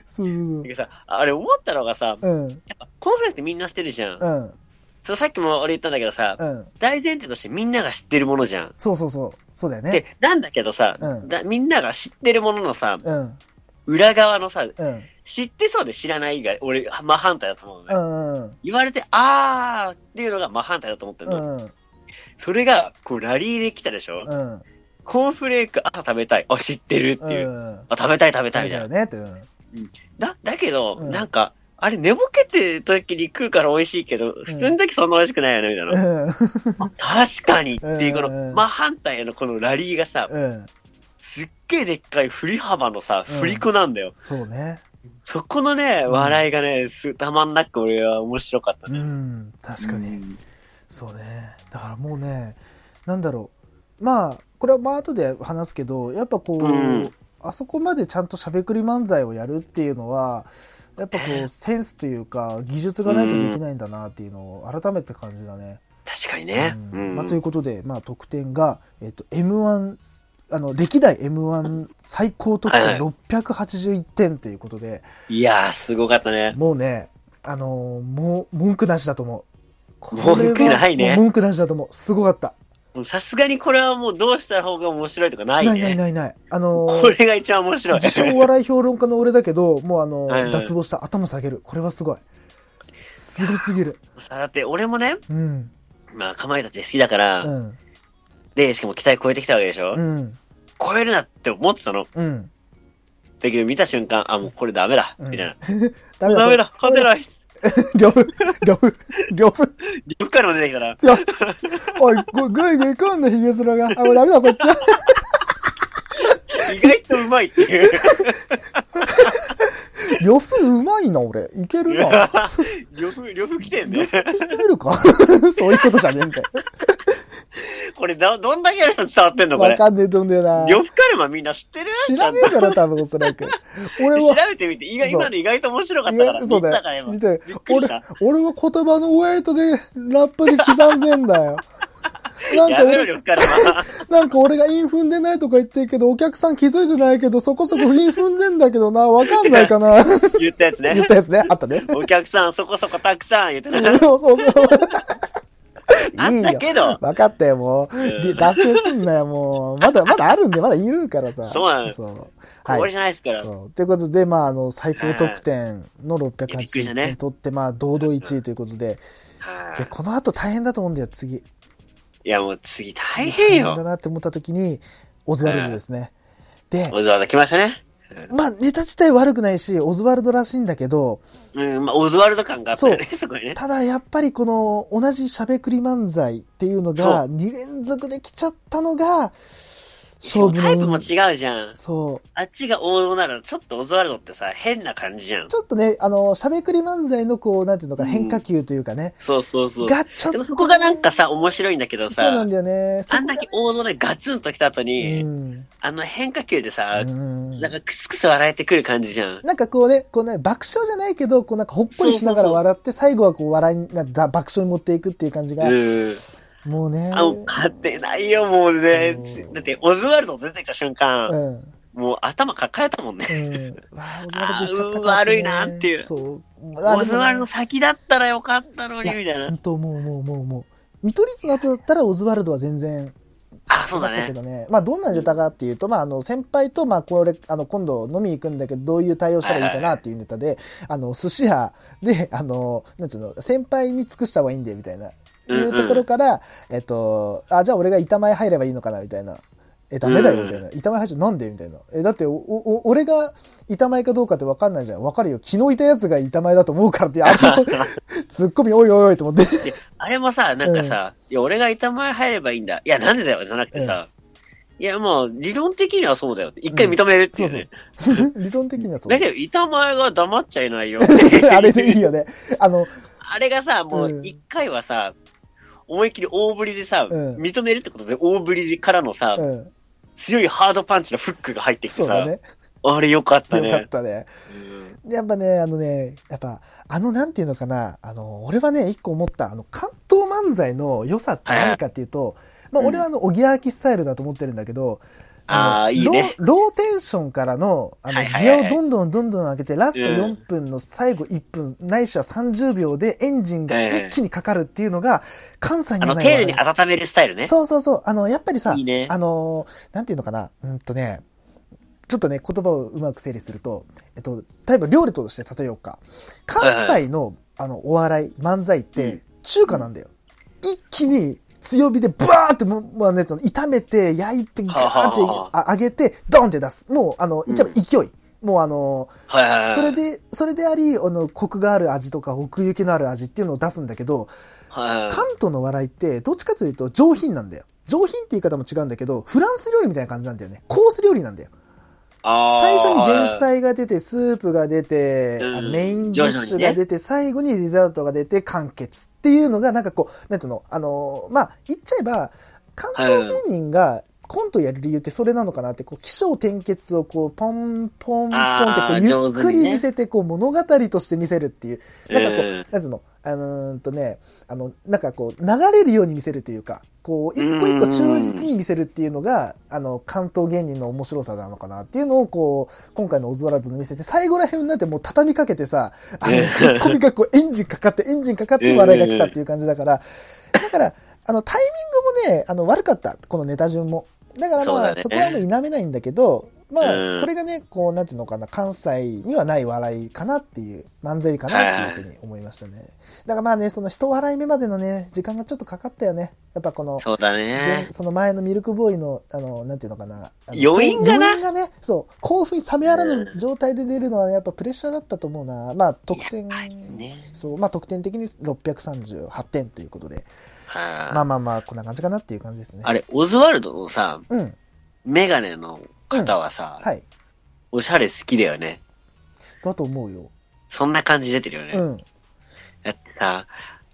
A: そうそう
B: さ、あれ思ったのがさ、
A: そう。うん、
B: コーンフレークってみんな知ってるじゃん。
A: うん、
B: そうさっきも俺言ったんだけどさ、
A: うん。
B: 大前提としてみんなが知ってるものじゃん。
A: そうそうそう。そうだよね。
B: で、なんだけどさ、
A: うん
B: だみんなが知ってるもののさ、
A: うん、
B: 裏側のさ、
A: うん、
B: 知ってそうで知らないが、俺、真反対だと思うの
A: う
B: ね。
A: ん、うん
B: 言われて、あーっていうのが真反対だと思ってる
A: う
B: の。
A: ん、
B: それが、こう、ラリーで来たでしょ、
A: うん、
B: コーンフレーク、朝食べたい。あ、知ってるっていう。
A: うん。
B: あ、食べたい食べたい
A: だよ
B: みたいな。
A: ねって。うん
B: だ、だけど、
A: うん
B: なんか、あれ、寝ぼけてる時に食うから美味しいけど、普通の時そんな美味しくないよね、みたいな。
A: うん、
B: 確かにっていう、この
A: うん、
B: 真反対のこのラリーがさ、
A: うん。
B: すっげえでっかい振り幅のさ、
A: うん
B: 振り子なんだよ。
A: そうね。
B: そこのね、
A: ん
B: 笑いがね、すたまんなく俺は面白かった
A: う
B: ね。
A: ん、確かに。そうねだからもうねなんだろうまあこれはまあ後で話すけどやっぱこう、
B: うん
A: あそこまでちゃんとしゃべくり漫才をやるっていうのはやっぱこうセンスというか技術がないとできないんだなっていうのを改めて感じだね。
B: 確かにね。
A: う
B: うんん。
A: まあ、ということで、まあ、得点が、えっと M1 あの歴代 M1 最高得
B: は
A: 点
B: いは
A: 681点ということで、
B: いやー、すごかったね。
A: もうね、あのーもう、文句なしだと思う。これは
B: 文句ないね
A: もう文句なしだと思う。すごかった。
B: さすがにこれはもうどうした方が面白いとかない
A: な
B: ね。
A: いないないない。あのー
B: これが一番面白い。
A: 自称お笑い評論家の俺だけど、もうあのー
B: はいはい
A: 脱帽した頭下げる。これはすごい。すごすぎる。
B: さあ、だって俺もね、
A: うん。
B: まあ、かまいたち好きだから、
A: うん。
B: で、しかも期待超えてきたわけでしょ、
A: うん。
B: 超えるなって思ってたの。
A: うん。
B: だけど見た瞬間、あ、もうこれダメだ、みたいな。
A: ダ。
B: ダメだ、勝てない い。
A: 両夫、両夫、両夫。
B: リュッカルも出てきたら、
A: 強い。おい、ぐぐいぐい来んの、ヒゲスラが。あ、もうダメだ、こいつ。
B: 意外とうまいっ ていう。
A: 両夫うまいな、俺。いけるな。
B: 呂布、呂布来てんね。
A: 聞いてみるか そういうことじゃねえんだよ。
B: これど、どんだけ伝わってんのこ
A: わ
B: れ。
A: かんねえとんだよな。
B: 呂布カルマみんな知ってる
A: 知らねえだろ、多分おそらく。俺
B: 調
A: は、
B: べてみて、意外、今の意外と面白かっ
A: 意
B: たから、
A: 外
B: 見
A: そうだ
B: た
A: よ
B: から今。び
A: 見
B: って
A: よ
B: くりし
A: 俺
B: た。、
A: 俺は言葉のウェイトで、ラップで刻んでん だよ。なん
B: や
A: か
B: めろ、
A: 俺、
B: 呂布カルマ。
A: なんか俺が韻踏んでないとか言ってるけど、お客さん気づいてないけど、そこそこ韻踏んでんだけどな、わかんないか な。
B: 言ったやつ
A: 言っ
B: ね。
A: たやつね、あった ね。
B: お客さんそこそこたくさん言ってた。
A: そうそう
B: あ
A: いい
B: んだ
A: よ。
B: けど、
A: 分かったよ、もう。り脱線すんなよ、もう。まだ、まだあるんで、まだいるからさ。
B: そうなんです
A: そう。
B: 終わりじゃないですから。
A: そう。ということで、まあ、あの、最高得点の
B: いやびっくりした
A: 680
B: ね
A: 点取って、まあ、堂々1位ということで、
B: は
A: で、この後大変だと思うんだよ、次。
B: いいや、もう次大変
A: だ
B: よ。
A: なって思った時に、オズワルドですね。で、
B: わざわざ来ましたね。
A: まあ、ネタ自体悪くないし、オズワルドらしいんだけど、
B: うん、まあ、オズワルド感があったよね、そこにね。
A: ただやっぱりこの、同じしゃべくり漫才っていうのが、2連続で来ちゃったのが、勝負
B: タイプ
A: の、
B: も違うじゃん。
A: そう。
B: あっちが王道なら、ちょっとオズワルドってさ、変な感じじゃん。
A: ちょっとね、あの、しゃべくり漫才のこう、なんていうのか、変化球というかね、
B: そうそうそう。
A: がちょっと
B: でも
A: ね、
B: そこがなんかさ、面白いんだけど
A: そうな
B: さ
A: ん、だよね。そ
B: あ
A: こ
B: ん
A: が
B: だけ王道でガツンと来た後に、
A: うん
B: あの変化球でさ、
A: うん
B: なんかクスクス笑えてくる感じじゃん。
A: なんかこうね、こうね、爆笑じゃないけど、こうなんかほっこりしながら
B: そうそうそう
A: 笑って、最後はこう笑いになだ爆笑に持っていくっていう感じが、
B: うん。
A: もうね。
B: あ、勝てないよ、もうね
A: うん。
B: だって、オズワルド出てきた瞬
A: う
B: 間、
A: ん。うん。
B: もう頭抱えたもんね。
A: わ
B: あ
A: あ、
B: ー
A: オズワルド言っちゃったか
B: 運悪いなっていう
A: そう。
B: オズワルド
A: の
B: 先だったらよかったの
A: い
B: に、
A: や
B: みたいな
A: 本。当もうもうもうもう。見取り図の後だったらオズワルドは全然
B: あ、そう
A: だ
B: だ
A: ったけど
B: ね。
A: ね。まあどんなネタかっていうと、まああの先輩とまあこれ、あの今度飲み行くんだけど、どういう対応したらいいかなっていうネタで、あの寿司屋で、あの、なんつうの、先輩に尽くした方がいいんで、みたいな。
B: うんうん
A: いうところから、えっと、あ、じゃあ俺が板前入ればいいのかな、みたいな。え、ダメだよ、みたいな。板前入っちゃなんでみたいな。え、だって、お、お、俺が板前かどうかってわかんないじゃん。わかるよ。昨日いたやつが板前だと思うからって、あ の、ツッコミ、おいおいおいと思って。
B: であれもさ、なんかさ、いや、俺が板前入ればいいんだ。いや、なんでだよ、じゃなくてさ、いや、まあ、理論的にはそうだよって。一回認めるっていうね。
A: 理論的にはそう
B: だ。けど、板前が黙っちゃいないよっ て。
A: あれでいいよね。あの、
B: あれがさ、
A: う
B: もうん一回はさ、思いっきり大振りでさ、
A: うん
B: 認めるってことで大振りからのさ、
A: うん。
B: 強いハードパンチのフックが入ってきて
A: そう
B: さ、
A: だね。
B: あれよかった
A: よかっ
B: ね。
A: たね。
B: うん
A: でやっぱね、あのね、やっぱ、あの、なんていうのかな、あの、俺はね、一個思った、あの、関東漫才の良さって何かっていうと、まあ、
B: うん
A: 俺はあの、おぎやはきスタイルだと思ってるんだけど、の
B: あーいいね
A: ローローテンションからの、あの、
B: はいはい
A: ギア
B: はい
A: をどんどんどんどん上げて、ラスト
B: うん
A: 4分の最後1分、ないしは30秒でエンジンが一気にかかるっていうのが、関西に
B: あ
A: は
B: の、
A: な
B: 丁
A: いわ
B: 寧に温めるスタイルね。
A: そうそうそう。あの、やっぱりさ、
B: いいね
A: あのー、なんていうのかな、うんとね、ちょっとね、言葉をうまく整理すると、えっと、例えば料理として例えようか。関西の、あの、お笑い、漫才っ
B: う
A: て
B: ん、
A: 中華なんだよ。一気に、強火でバーっても、まあね、その炒めて、焼いて、ガーって
B: ははは
A: あ揚げて、ドンって出す。もう、あの、一番
B: うん
A: 勢い。もうあのー、
B: はいはいはい。
A: それで、それであり、あの、コクがある味とか、奥行きのある味っていうのを出すんだけど、
B: はいはいはい、
A: 関東の笑いって、どっちかというと上品なんだよ。上品って言い方も違うんだけど、フランス料理みたいな感じなんだよね。コース料理なんだよ。
B: あ
A: 最初
B: ー
A: に前菜が出て、スープが出て、
B: うん
A: あのメインディッシュが出て、最後にデザートが出て、完結っていうのが、なんかこう、なんていうの、あのーまあ、言っちゃえば、関東芸人がコントやる理由ってそれなのかなって、こう、起承転結をこう、ポンポンポンってこ
B: あ
A: う、
B: ー
A: ゆっく
B: 上手に
A: り
B: ね
A: 見せて、こう、物語として見せるっていう、なんかこ
B: うん
A: う、なんつうの、あのーんとね、あの、なんかこう、流れるように見せるというか、こう、一個一個忠実に見せるっていうのが、あの、関東芸人の面白さなのかなっていうのを、こう、今回のオズワルドに見せて、最後ら辺になってもう畳みかけてさ、あの
B: うん、
A: ツッコミがこう、エンジンかかって、エンジンかかって笑いが来たっていう感じだから、だから、あの、タイミングもね、あの、悪かった、このネタ順も。だからまあ、
B: そうだ
A: そ,、
B: ね
A: こはもう否めないんだけど、まあ、
B: うん
A: これがね、こう、なんていうのかな、関西にはない笑いかなっていう、漫才かなっていうふうに思いましたね。だからまあね、その一笑い目までのね、時間がちょっとかかったよね。やっぱこの、
B: そうだ
A: 前
B: ね。
A: その前のミルクボーイの、あの、なんていうのかな。あの
B: 余韻がな
A: 余韻がね、そう、興奮冷めやらぬ
B: うん
A: 状態で出るのは、ね、やっぱプレッシャーだったと思うな。まあ、得点、
B: やっぱりね。
A: そう、まあ、得点的に638点ということで、
B: は
A: まあまあまあ、こんな感じかなっていう感じですね。
B: あれ、オズワルドのさ、
A: うん、
B: メガネの方はさ、
A: はい。
B: おしゃれ好きだよね。
A: だと思うよ。
B: そんな感じ出てるよね。
A: うん。
B: だってさ、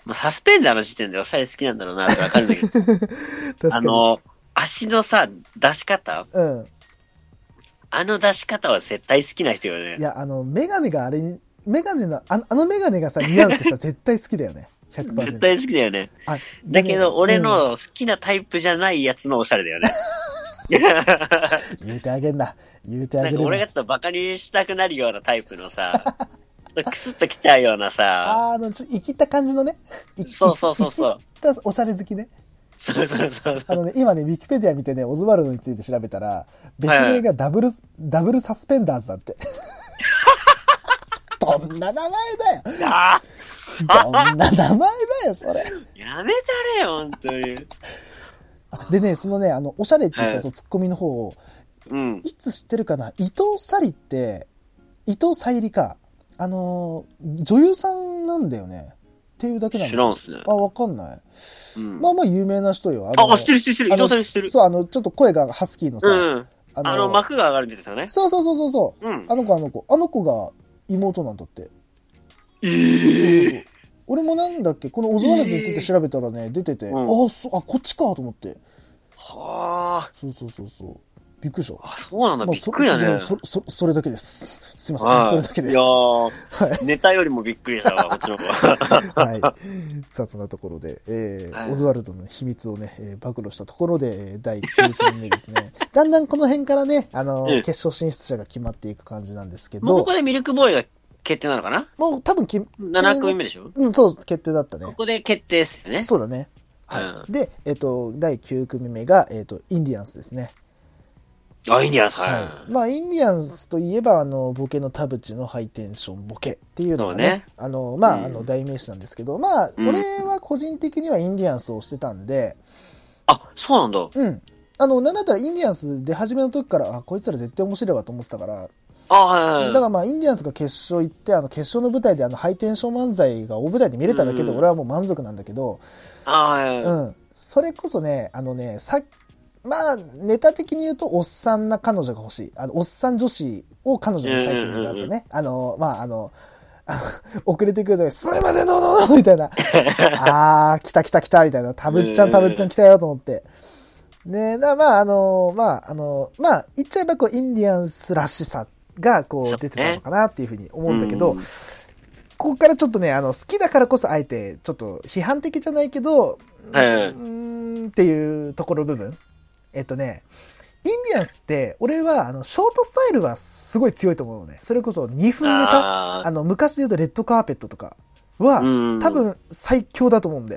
B: まあ、サスペンダーの時点でおしゃれ好きなんだろうなってわかるんだけ ど、
A: 確か
B: あ
A: に。
B: の、足のさ、出し方
A: うん。
B: あの出し方は絶対好きな人よね
A: い。や、あの、メガネがあれに、メガネの、あのあのメガネがさ、似合うって さ、絶対好きだよね。100%。
B: 絶対好きだよね。
A: あ
B: だけど、俺、
A: うん
B: の好きなタイプじゃないやつのおしゃれだ よね。
A: 言うてあげんな。言うてあ
B: な
A: げ
B: ん
A: る
B: か俺がちょっとバカにしたくなるようなタイプ のさ、ちょっとクスッときちゃうようなさ、
A: あーあの、ちょっと生きった感じのね。
B: そうそうそうそう。
A: 生きったおしゃれ好きね。
B: そうそうそう。
A: あのね、今ね、ウィキペディア見てね、オズワルドについて調べたら、別名がダブル、ダブルサスペンダーズだ って。どんな名前だよ
B: ああ
A: どんな名前だよ、それ。
B: やめたれよ、本当に。
A: あでね、そのね、あの、おしゃれって言ってた
B: はい
A: そうツッコミの方を、
B: うん。
A: いつ知ってるかな伊藤沙莉って、伊藤沙莉か。あのー女優さんなんだよね。っていうだけなの。
B: 知らんっすね。
A: あ、わかんない。
B: うん
A: まあまあ有名な人よ。あの
B: あ、あ知ってる知ってる知ってる。
A: あ
B: 伊
A: の
B: 藤さん知ってる。
A: そう、あの、ちょっと声がハスキーのさ、
B: うん。
A: あ
B: あの、幕が上がるんですよね。
A: そうそうそうそうそう。
B: うん
A: あ。の子、あの子。あの子が妹なんだって。そうそう俺もなんだっけ、このオズワルドについて調べたらね、出てて、
B: うん
A: あ、そう、あ、こっちかと思って。
B: は
A: そうそうそうそう。びっくりした。
B: あ。あ、そうなんだ。
A: まあ
B: びっくりだ
A: そもう
B: ね。
A: そそそれだけです。すいません。
B: はい
A: それだけで
B: い
A: す。
B: や
A: は
B: ー、ネタよりもびっくりしたわ、こっちの子は。
A: い。さあ、そんなところで、えー
B: はい
A: オズワルドの秘密をね、えー暴露したところで、えー第9組目ですね。 だんだんこの辺からね、あのー
B: うん
A: 決勝進出者が決まっていく感じなんですけ
B: もうこ
A: ど
B: こ、でミルクボーイが決定なのかな
A: もう多分き、
B: ?7 組目でしょ
A: うん、そう、決定だったね
B: こ。こで決定っすよね。
A: そうだね。は
B: う
A: い。で、えっ、と、第9組目が、えっ、と、インディアンスですね。
B: あ、いいんじゃないです
A: は
B: か
A: い。。まあ、インディアンスといえば、あの、ボケの田淵のハイテンションボケっていうのがね、
B: そうね
A: あの、ま
B: うん
A: あ、あの、代名詞なんですけど、まあ、
B: うん
A: 俺は個人的にはインディアンスをしてたんで、
B: あ、そうなんだ。
A: うん。あの、なんだったらインディアンス出始めの時から、あ、こいつら絶対面白いわと思ってたから、
B: あ、はい
A: だ
B: はいはい。
A: からまあ、インディアンスが決勝行って、あの、決勝の舞台で、あの、ハイテンション漫才が大舞台で見れただけで、
B: うん
A: 俺はもう満足なんだけど、
B: あはいはいはい。
A: うん。それこそね、あのね、さまあ、ネタ的に言うと、おっさんな彼女が欲しい。あの、おっさん女子を彼女にしたいっていうのがあって
B: うんうん
A: ね。あの、まあ、あの、 あの遅れてくるとき、すいません、どうぞどうぞみたい な。あー、来た来た来た、みたいな。たぶっちゃん、たぶっちゃん来たよ、と思って。ねだまあ、あの、まあ、あの、まあ、言っちゃえば、こう、インディアンスらしさが、こう、
B: そうね
A: 出てたのかなっていうふうに思うんだけど、
B: うん
A: ここからちょっとね、あの、好きだからこそ、あえて、ちょっと、批判的じゃないけど、
B: はいはいう
A: ーんっていうところ部分。えっとね、インディアンスって、俺は、あの、ショートスタイルはすごい強いと思うのね。それこそ2分ネタ。
B: あ
A: あの、昔で言うとレッドカーペットとかは、
B: うん
A: 多分最強だと思うんで。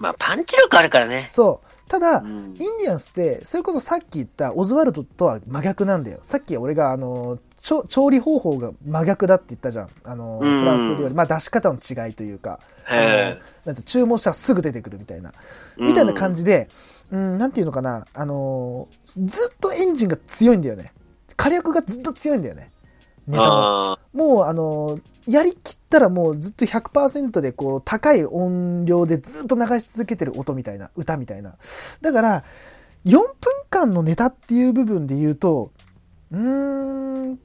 B: ーまあ、パンチ力あるからね。
A: そう。ただ、
B: うん
A: インディアンスって、それこそさっき言ったオズワルドとは真逆なんだよ。さっき俺が、あの、ちょ調理方法が真逆だって言ったじゃん。あの、
B: うん
A: フランス料理。まあ出し方の違いというか。あの
B: へえ
A: なんて注文したらすぐ出てくるみたいな。みたいな感じで、うん、なんていうのかな。あの、ずっとエンジンが強いんだよね。火力がずっと強いんだよね。ネタも。
B: あ
A: もうあの、やりきったらもうずっと100%でこう高い音量でずっと流し続けてる音みたいな、歌みたいな。だから、4分間のネタっていう部分で言うと、うーん、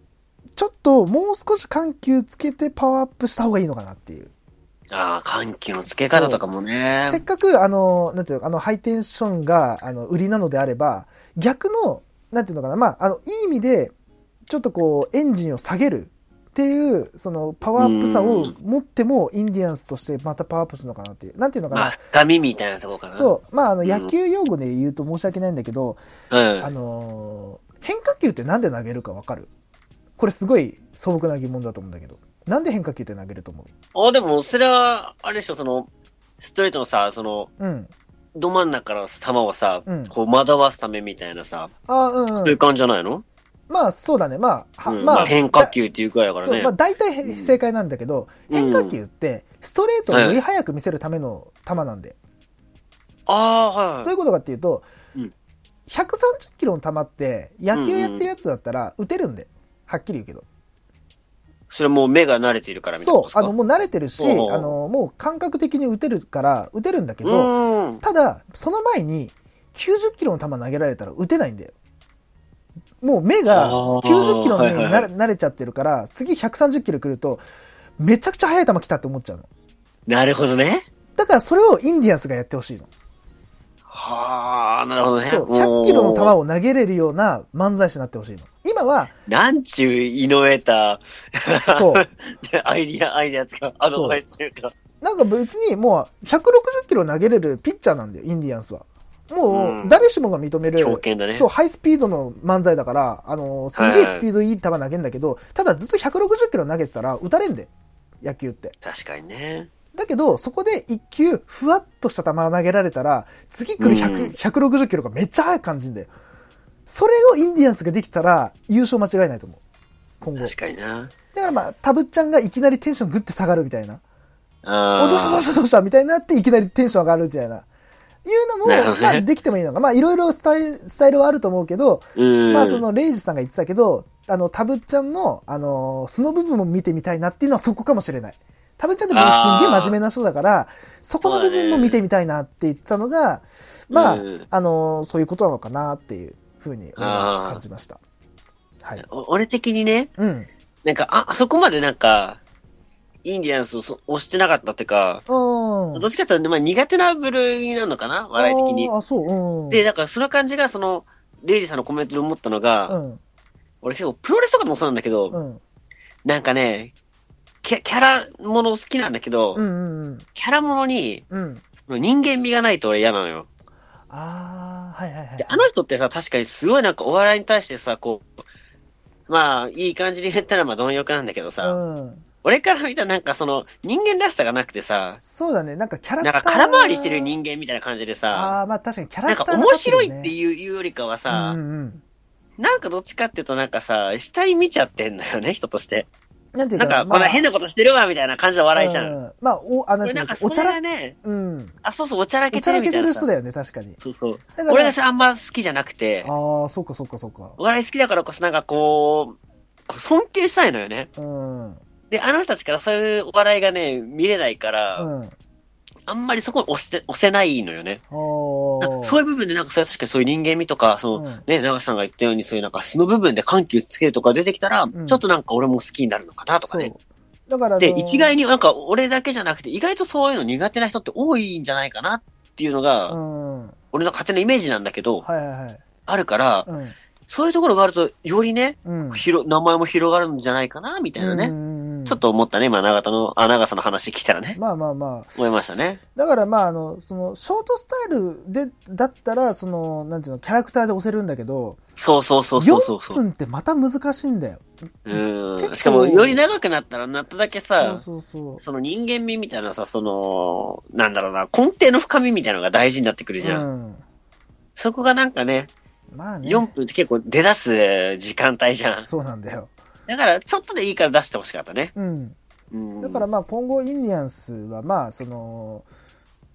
A: ちょっともう少し緩急つけてパワーアップした方がいいのかなっていう。
B: ああ、緩急の付け方とかもね
A: せ。っかく、あの、なんていうの、あの、ハイテンションが、あの、売りなのであれば、逆の、なんていうのかな、まあ、あの、いい意味で、ちょっとこう、エンジンを下げるっていう、その、パワーアップさを持っても、インディアンスとしてまたパワーアップするのかなっていう、なんていうのか
B: ま
A: な。
B: あ、紙みたいなとこかな。
A: そう。まあ、あの、
B: うん
A: 野球用語で言うと申し訳ないんだけど、
B: う。うん。
A: あのー変化球ってなんで投げるかわかるこれすごい素朴な疑問だと思うんだけど。なんで変化球って投げると思
B: あ、でも、それは、あれでしょ、その、ストレートのさ、その、
A: ううん。
B: ど真ん中から球をさ、
A: うん
B: こう、惑わすためみたいなさ、
A: あーうん、
B: そう
A: う
B: い
A: ん
B: う。感じじゃないの、
A: まあ、そうだね。まあ、は
B: うん、まあ、変化球っていうくらいだから
A: そう、
B: ね。
A: まあ大体へ
B: うん
A: 正解なんだけど、
B: うん
A: 変化球って、ストレートをより速く見せるための球なんで。
B: ああー、はい
A: どう
B: はいい。
A: うことかっていうと、
B: うん
A: 130キロの球って、野球やってるやつだったら打てるんで。はっきり言うけど。
B: それもう目が慣れているからみたいな
A: そう
B: ことで、すか
A: あの、もう慣れてるし、あ
B: おう
A: の、もう感覚的に打てるから、打てるんだけ
B: う
A: ど、
B: ーん。
A: ただ、その前に、90キロの球投げられたら打てないんだよ。もう目が
B: あー
A: 90キロの目に
B: はいはい
A: な
B: は
A: れ慣れちゃってるから、次130キロ来ると、めちゃくちゃ速い球来たって思っちゃうの。
B: なるほどね。
A: だからそれをインディアンスがやってほしいの。
B: はあ、なるほどね。
A: そう、
B: も
A: 100キロの球を投げれるような漫才師になってほしいの。今は、
B: なんちゅう、イノベーター。
A: そう。
B: アイディア、アイディアつか、アドバイスというか。
A: なんか別にもう160キロ投げれるピッチャーなんだよ、インディアンスは。も
B: う
A: う、
B: ん
A: 誰しもが認める、
B: 強肩だね
A: そう、ハイスピードの漫才だから、あの、すんげえスピードいい球投げんだけど、ただずっと160キロ投げてたら打たれんで、野球って。
B: 確かにね。
A: だけど、そこで一球、ふわっとした球投げられたら、次来る
B: う
A: 100
B: ん
A: 160キロがめっちゃ速く感じんだよ。それをインディアンスができたら、優勝間違いないと思う。今後。だ
B: 確かにな。
A: からまあ、タブちゃんがいきなりテンショングッて下がるみたいな。
B: あ
A: お、どうしたどうしたどうしたみたいになって、いきなりテンション上がるみたいな。いうのも、
B: なるほどね
A: まあ、できてもいいのか。まあ、いろいろスタイル、スタイルはあると思うけど、
B: うん。
A: まあ、その、レイジさんが言ってたけど、あの、タブちゃんの、あのー素の部分も見てみたいなっていうのはそこかもしれない。タブちゃんってすん
B: あー
A: げえ真面目な人だから、そこの部分も見てみたいなって言ってたのが、まあ、
B: うん
A: あのーそういうことなのかなっていうふうに、俺は感じました。はい。
B: お俺的にね、
A: うん。
B: なんか、あ、あそこまでなんか、インディアンスをそ押してなかったっていうか、
A: うん。
B: どっちかというと、まあ苦手な部類になるのかな笑い的に
A: あー。あ、そう。うん。
B: で、なんかその感じが、その、レイジさんのコメントで思ったのが、
A: うん。
B: 俺結構プロレスとかもそうなんだけど、
A: うん。
B: なんかね、キャキャラもの好きなんだけど、
A: うん。うん。
B: キャラものに
A: うん。
B: その人間味がないと俺嫌なのよ。
A: ああ、はいはいはい
B: で。あの人ってさ、確かにすごいなんかお笑いに対してさ、こう、まあ、いい感じに言ったらまあ貪欲なんだけどさ、
A: うん。
B: 俺から見たらなんかその人間らしさがなくてさ、
A: そうだね。なんかキャラ
B: なん
A: クタ
B: か
A: ー。
B: 空回りしてる人間みたいな感じで
A: あ
B: さ、
A: あ、まあ確かにキャ
B: な
A: ラ
B: ん
A: ク
B: か
A: ターが
B: 面白いって
A: う
B: いういうよりかはさ、
A: んうんうん。
B: なんかどっちかっていうとなんかさ、死体見ちゃってんだよね、人として。
A: なんていう
B: なんか、こんな変なことしてるわ、みたいな感じの笑いじゃん。
A: うまあ、お、あ、な
B: こ
A: んて
B: れ
A: いう
B: な
A: んの
B: か、
A: お
B: そ
A: ちゃ
B: れ
A: ら
B: が、ね、
A: うん。
B: あ、そうそう、おちゃらけ
A: おち
B: て
A: ゃ
B: る
A: ら
B: み
A: け
B: た
A: て
B: いな
A: る
B: さ
A: 人。だよね、確かに。
B: そうそう
A: だ。から
B: 俺がそれあんま好きじゃなくて、
A: ああ、そうかそうかそうか
B: お。笑い好きだからこそなんかこう、こう尊敬したいのよね。
A: うん。うん。
B: で、あの人たちからそういうお笑いがね、見れないから、あんまりそこ押して、押せないのよね。
A: お
B: なん
A: ー
B: かそういう部分でなんか、それ確かにそういう人間味とか、その、
A: うん
B: ね、長瀬さんが言ったように、そういうなんか素の部分で緩急つけるとか出てきたら、
A: ん
B: ちょっとなんか俺も好きになるのかなとかね。
A: そう。だから、あの
B: で、一概になんか俺だけじゃなくて、意外とそういうの苦手な人って多いんじゃないかなっていう
A: う
B: のが、
A: ん。はい
B: 俺の勝手なイメージなんだけど、
A: はいはい。
B: あるから、
A: うん。
B: そういうところがあると、よりね、
A: うん。
B: 広、名前も広がるんじゃないかな、みたいな
A: う
B: ね。
A: ん
B: ちょっ。と思ったね、今、長田の、あ、長さの話聞いたらね。
A: まあまあまあ。
B: 思いましたね。
A: だからまああのそのショートスタイルでだったらそのなんていうのキャラクターで押せるんだけど
B: そうそうそうそうそう
A: 4
B: そう。
A: 分ってまた難しいんだよ結
B: う
A: 構
B: ん。しかも、より長くなったらなっただけさ、
A: そうそうそ
B: その人間味みたいなさ、その、なんだろうな、根底の深みみたいなのが大事になってくる
A: う
B: じゃん。
A: うん
B: そこがなんかね、
A: まあね
B: 4分って結構出だす時間帯じゃん。
A: そうなんだよ
B: だから、ちょっとでいいから出してほしかったね。
A: うん
B: うん。
A: だからまあ今後インディアンスはまあその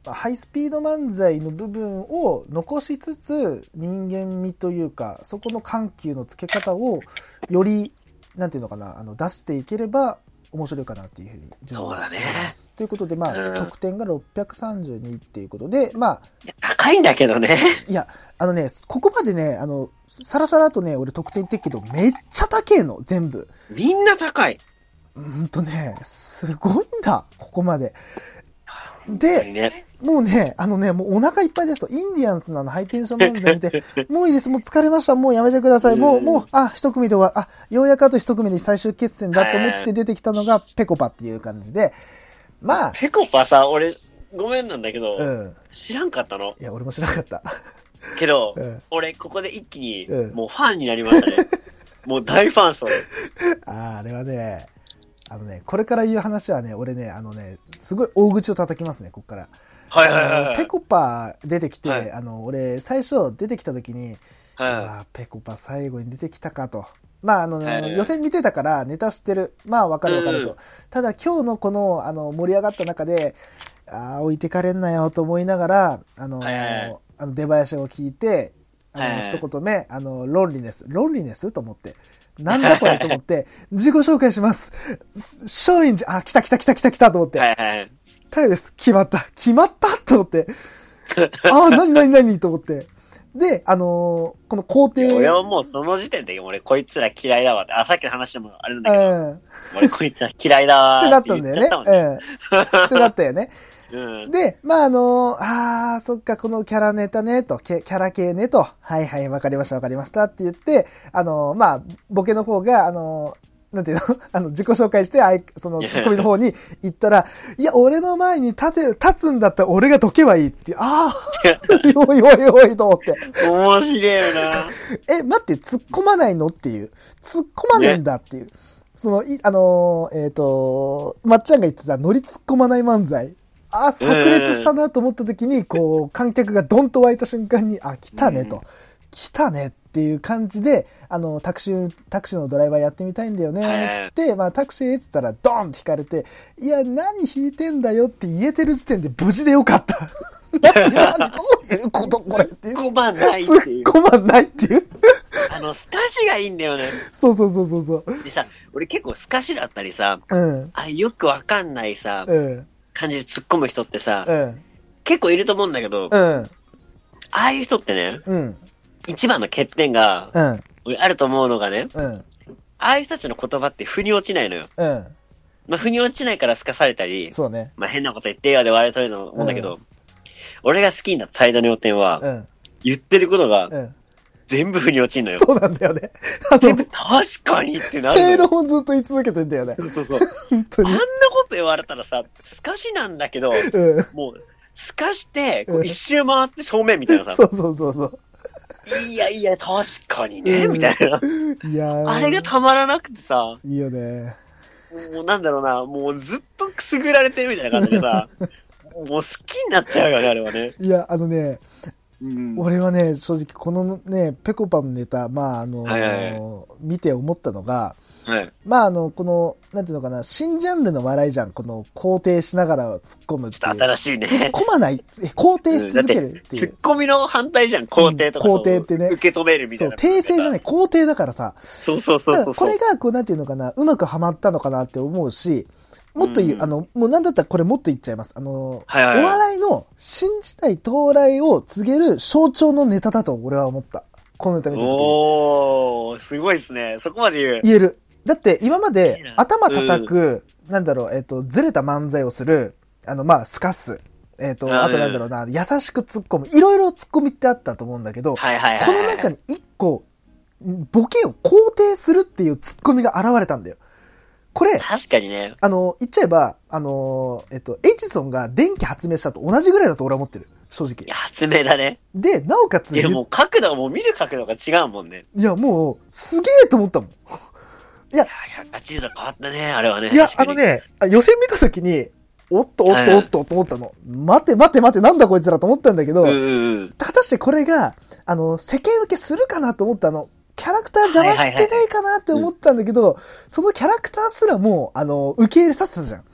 A: まあハイスピード漫才の部分を残しつつ人間味というかそこの緩急のつけ方をよりなんていうのかなあの出していければ面白いかなっていうふうに自分
B: そう
A: は
B: だね
A: 思います。ということで、まあ、
B: うん
A: 得点が632っていうことで、まあ、
B: 高いんだけどね。
A: いや、あのね、ここまでね、あの、さらさらとね、俺得点言ってっけど、めっちゃ高えの、全部。
B: みんな高い。
A: うんとね、すごいんだ、ここまで。
B: 本当に
A: で、
B: ね。
A: もうね、あのね、もうお腹いっぱいですと、インディアンスのあのハイテンション漫才見て、 もういいです、もう疲れました、もうやめてください、もう、
B: うん
A: もう、あ、一組で終わあ、ようやくあと一組で最終決戦だと思って出てきたのが、ペコパっていう感じで、まあ、
B: ペコパさ、俺、ごめんなんだけど、
A: うん。
B: 知らんかったの。
A: いや、俺も知らなかった。
B: けど、
A: うん
B: 俺、ここで一気に、
A: うん
B: もうファンになりま したね。もう大ファンそう。
A: あーあれはね、あのね、これから言う話はね、俺ね、あのね、すごい大口を叩きますね、こっから。
B: はいはいはい
A: あ
B: は
A: の
B: い。
A: ペコパ出てきて、
B: はい
A: あの、俺、最初出てきた時に、
B: は
A: あーペコパ最後に出てきたかと。まあ、あの、
B: はい
A: 予選見てたからネタ知ってる。まあ、わかるわかると。
B: うん
A: ただ、今日のこの、あの、盛り上がった中で、ああ、置いてかれんなよと思いながら、あの、
B: はいはいはい
A: あの出囃子を聞いて、あの、
B: はいはい
A: 一言目、あの、ロンリネス。ロンリネスと思って。なんだこれと思 って、自己紹介します。松陰寺、あ、来た来た来た来た来たと思っ
B: い。
A: て。
B: はいはい。
A: タイです。決まった。決まったと思って。ああ、なになになにと思って。で、あのーこの工程。
B: 俺はもうその時点で、俺こいつら嫌いだわって。あ、さっきの話でもあれなんだけど、
A: うん。っ
B: 俺こいつら嫌いだわ
A: て
B: ー
A: な
B: っ
A: ってた
B: 言
A: ん
B: っ
A: だ
B: ちゃったも
A: よ
B: ん
A: ね。うん。ってなったよね。
B: うん。うん
A: で、まあ、あのーあー、そっか、このキャラネタね、と、けキャラ系ね、と、はいはい、わかりました、わかりました、って言って、あのーまあ、ボケの方が、あのーなんていうの あの、自己紹介して、あい、その、ツッコミの方に行ったら、いや、俺の前に立て、立つんだったら俺がどけばいいっていう、あ ー、おいおいおい、と思って。
B: 面白いよな。
A: え、待って、突っ込まないのっていう。突っ込まねえんだっていう。その、い、あのーえっ、と、まっちゃんが言ってた、乗り突っ込まない漫才。あ、炸裂したなと思った時に、こう、観客がドンと湧いた瞬間に、あ、来たね
B: う
A: と。来たねっていう感じで、あの、タクシー、タクシーのドライバーやってみたいんだよ
B: はい
A: ね、つって、まあ、タクシーって言ったら、ドンって引かれて、いや、何引いてんだよって言えてる時点で無事でよか った。何、何、どういうことこれっていう。
B: 突っ込まないって
A: 突
B: い
A: っ
B: う。
A: 込まないっていう。
B: あの、スカシがいいんだよね。
A: そうそうそうそうそう。
B: でさ、俺結構スカシだったりさ、
A: うん。
B: あ、よくわかんないさ、
A: うん。
B: 感じで突っ込む人ってさ、
A: うん。
B: 結構いると思うんだけど、あ
A: うん。
B: あいう人ってね、
A: うん。
B: 一番の欠点が、
A: うん。
B: 俺あると思うのがね、
A: うん。
B: ああいう人たちの言葉って腑に落ちないのよ。
A: うん。
B: まあ、腑に落ちないからすかされたり、
A: そうね。
B: まあ、変なこと言ってよで笑われとると思うんだけど、俺が好きになった最大の要点は、
A: うん。
B: 言ってることが
A: うん。
B: 全部腑に落ちんのよ。
A: そうなんだよね。あ
B: 全部
A: の、
B: 確かにってなるの
A: 正
B: よ。
A: 論をずっと言い続けてんだよね
B: そ。うそうそう。
A: 本当
B: あん
A: に
B: な。こと言われたらさ、透かしなんだけど、
A: うん。
B: もう、透かして、こ
A: う
B: うん一周回って正面みたいな
A: そ
B: さ、
A: うそうそうそう。
B: いやいや、確かにね、
A: うん
B: みたいな。
A: いやー
B: あれがたまらなくてさ、
A: いいよね。
B: もうなんだろうな、もうずっとくすぐられてるみたいな感じ でさ、もう好きになっちゃうよね、あれはね。
A: いや、あのね、
B: うん。
A: 俺はね、正直このね、ぺこぱのネタ、まあ、あのー
B: はいはい
A: 見て思ったのが、
B: はい。
A: まあ、あの、この、なんていうのかな、新ジャンルの笑いじゃん。この、肯定しながら突っ込むって
B: ち
A: い
B: ょ
A: う
B: っと。新しい
A: 突っ
B: ね。
A: 込まない、え肯定し続けるってい
B: ツ
A: う
B: ッ。コミの反対じゃん、肯定とか。
A: うん肯定ってね
B: 受け止めるみた
A: そ、
B: いうな。。
A: 訂正じゃないい、肯定だからさ。
B: そうそうそう
A: だ
B: そう
A: か
B: そう。
A: らこれが、こう、なんていうのかな、うまくはまったのかなって思うし、もっと言う、
B: うん
A: あの、もうなんだったらこれもっと言っちゃいます。あの、
B: はいはいはい
A: お笑いの新時代到来を告げる象徴のネタだと俺は思った。このネタ見た時に。
B: おー、すごいですね。そこまで言う。
A: 言える。だって今まで
B: いいな
A: 頭叩く、なんだろう、えっ、と、ずれた漫才をする、あの、まあ、すかす。えっ、
B: う
A: と、
B: ん
A: あとなんだろうな、優しく突っ込む。いろいろ突っ込みってあったと思うんだけど、
B: はいはいはい。
A: この中に一個、ボケを肯定するっていうツッコミが現れたんだよ。これ、
B: 確かにね。
A: あの、言っちゃえば、あの、えっと、エジソンが電気発明したと同じぐらいだと俺は思ってる。正
B: い
A: 直
B: や。発明だね。
A: で、なおかつ、
B: いや、も
A: いう
B: 角度が、もう見る角度が違うもんね。
A: や、もう、すげえと思ったもん。
B: あ180度変わったね、あれはね。
A: いや、あ
B: 確か
A: の
B: に。
A: ね、あ予選見た時に、おっとおっ
B: うん
A: とおっとと思ったの。待て待て待て、なんだこいつらと思ったんだけど、
B: うんうんうん。
A: 果たしてこれが、あの、世間受けするかなと思ったあの、キャラクター邪魔してないかなって思ったんだけど、そのキャラクターすらもう、あの、受け入れさせたじゃん。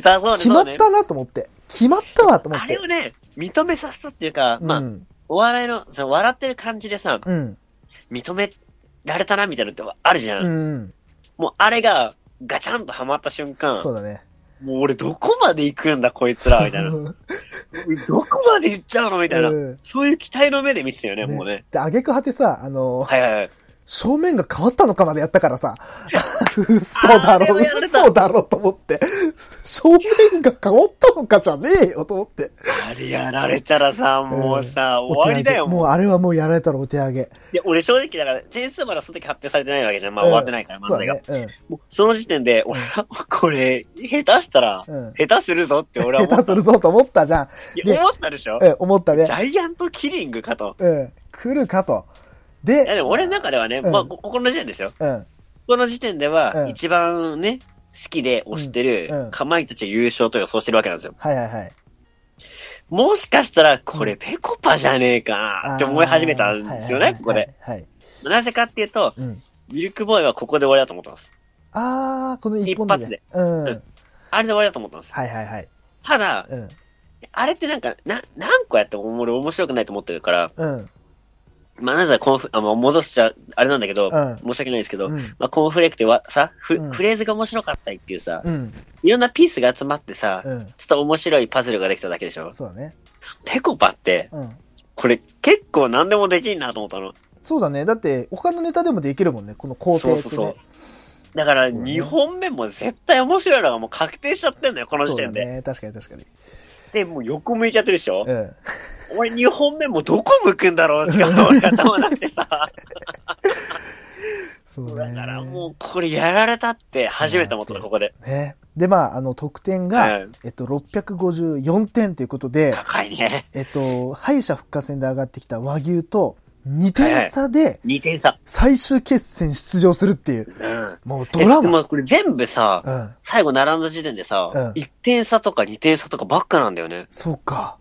B: さあそうね、
A: 決ま
B: そ
A: っ
B: うね。
A: たなと思って。決まったわと思
B: あ
A: っ
B: れ
A: て
B: を。ね、認めさせたっていうか、
A: う
B: まあ、
A: ん。
B: お笑いの、その笑ってる感じでさ、
A: うん。
B: 認められたな、みたいなのってあるじゃ。
A: うんん。
B: もう、あれが、ガチャンとはまった瞬間、
A: そうだね。
B: もう俺どこまで行くんだこいつら、み たいな。
A: うん
B: どこまで行っちゃうのみたいな、
A: うん
B: そういう期待の目で見てたよね、もうね
A: ね。で、あげく果てさ、あのー
B: はいはいはい。
A: 正面が変わったのかまでやったから さ、嘘だろ
B: あーでもやら、れた
A: 嘘だろと思って、正面が変わったのかじゃねえよと思って。
B: あれやられたらさ、もうさ、
A: お手
B: 終わりだよ、
A: 上げもう。
B: もう。
A: あれはもうやられたらお手上げ。
B: いや、俺正直だから、点数まだその時発表されてないわけじゃん。まあ終わってないから、
A: うん
B: 漫才が。
A: そうだね。
B: もうその時点で、俺は、これ、下手したら、
A: うん
B: 下手するぞって俺
A: うん。
B: は思
A: 下手
B: った
A: す。るぞと思ったじゃん。
B: いや思ったでしょ、
A: うん、思ったね
B: ジ。ャイアントキリングかと。
A: うん。来るかと。
B: いや
A: で、
B: でも俺の中ではね、
A: うん
B: まあ、こここの時点ですよ。
A: うん。
B: この時点で
A: う
B: は、
A: ん
B: 一番ね、好きで推して
A: うんうん
B: る、かまいたちが優勝と予想してるわけなんですよ。
A: はいはいはい。
B: もしかしたら、これ、ペコパじゃねえかなって思い始めたんですよ
A: あー
B: ね、ここで。。
A: はいはいはいはい。
B: なぜかっていうと、
A: うん。
B: ミルクボーイはここで終わりだと思ってます。
A: あー、この一本だけ
B: 一発で。
A: うん。
B: う
A: はい
B: んあれで終わりだと思ってます。
A: はいはい。
B: ただ、
A: うん。
B: あれってなんか、な、何個やっても俺面白くないと思ってるから、
A: うん。
B: まあ、なぜかコンフ、あの、戻しちゃ、あれなんだけ
A: う
B: ど、
A: ん
B: 申し訳ないですけど、
A: うん。
B: まあ、コーンフレークってわ、さ、フ,、
A: うん
B: フレーズが面白かったりっていうさ、
A: うん。
B: いろんなピースが集まってさ、
A: うん。
B: ちょっと面白いパズルができただけでしょ
A: そうだね。
B: ペコパって、
A: うん。
B: これ結構何でもできんなと思ったの。
A: そうだね。だって、他のネタでもできるもんね。この工程
B: そう
A: って、ね。
B: そうそう。だから
A: そうね
B: 2本目も絶対面白いのがもう確定しちゃってんだよ、この時点
A: そう
B: で。
A: だね。確かに確かに。
B: で、もう横向いちゃってるでしょ、
A: うん。
B: 俺2本目もどこ向くんだろうしか俺頭なくてさ。
A: そうね。
B: だからもうこれやられたって初めて思ったの、ここで。
A: ね。で、まあ、あの、得点が、
B: うん
A: えっと、654点ということで、
B: 高いね。
A: えっと、敗者復活戦で上がってきた和牛と、2点差で
B: 2点差。
A: 最終決戦出場するっていう、
B: うん。
A: もうドラ
B: えで
A: マ。
B: もこれ全部さ、
A: うん。
B: 最後並んだ時点でさ、
A: うん
B: 1点差とか2点差とかばっかなんだよね。
A: そうか。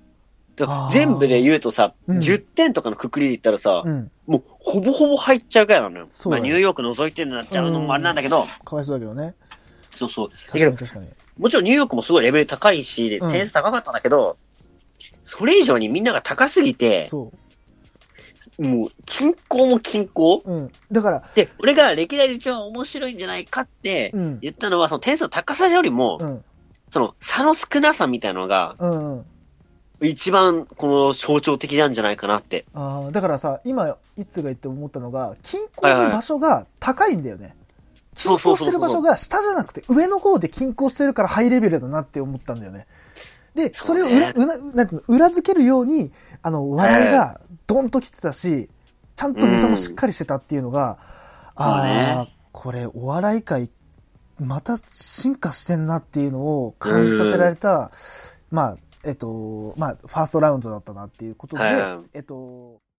B: だから
A: あー
B: 全部で言うとさ、
A: うん
B: 10点とかのくくりで言ったらさ、
A: うん。
B: もうほぼほぼ入っちゃうぐらいなのよ。
A: そう
B: まあ
A: だね
B: ニューヨーク覗いてんなっちゃうのもあれなんだけど、
A: かわいそうだけどね。
B: そうそう。だ
A: 確
B: け
A: か
B: ど
A: に、確かに。
B: もちろんニューヨークもすごいレベル高いし、
A: うん
B: 点数高かったんだけど、それ以上にみんなが高すぎて、
A: そ
B: もう均衡も均衡
A: う。うん。だから、
B: で、俺が歴代で一番面白いんじゃないかって
A: うん。
B: 言ったのは、その点数の高さよりも、
A: うん。
B: その差の少なさみたいなのが、
A: うん。うん
B: 一番この象徴的なんじゃないかなって。
A: ああ、だからさ、今、いつが言って思ったのが、均衡の場所が高いんだよね。均
B: そうそう
A: 衡
B: そう
A: し
B: そう
A: てる場所が下じゃなくて、上の方で均衡してるからハイレベルだなって思ったんだよね。で、それを裏、うななんていうの、裏付けるように、あの、笑いがドンと来てたし、ちゃんとネタもしっかりしてたっていうのが、ああ、
B: そう
A: これ、お笑い界、また進化してんなっていうのを感じさせられた、まあ、えっと、まあ、ファーストラウンドだったなっていうことで、
B: はいはい
A: えっと、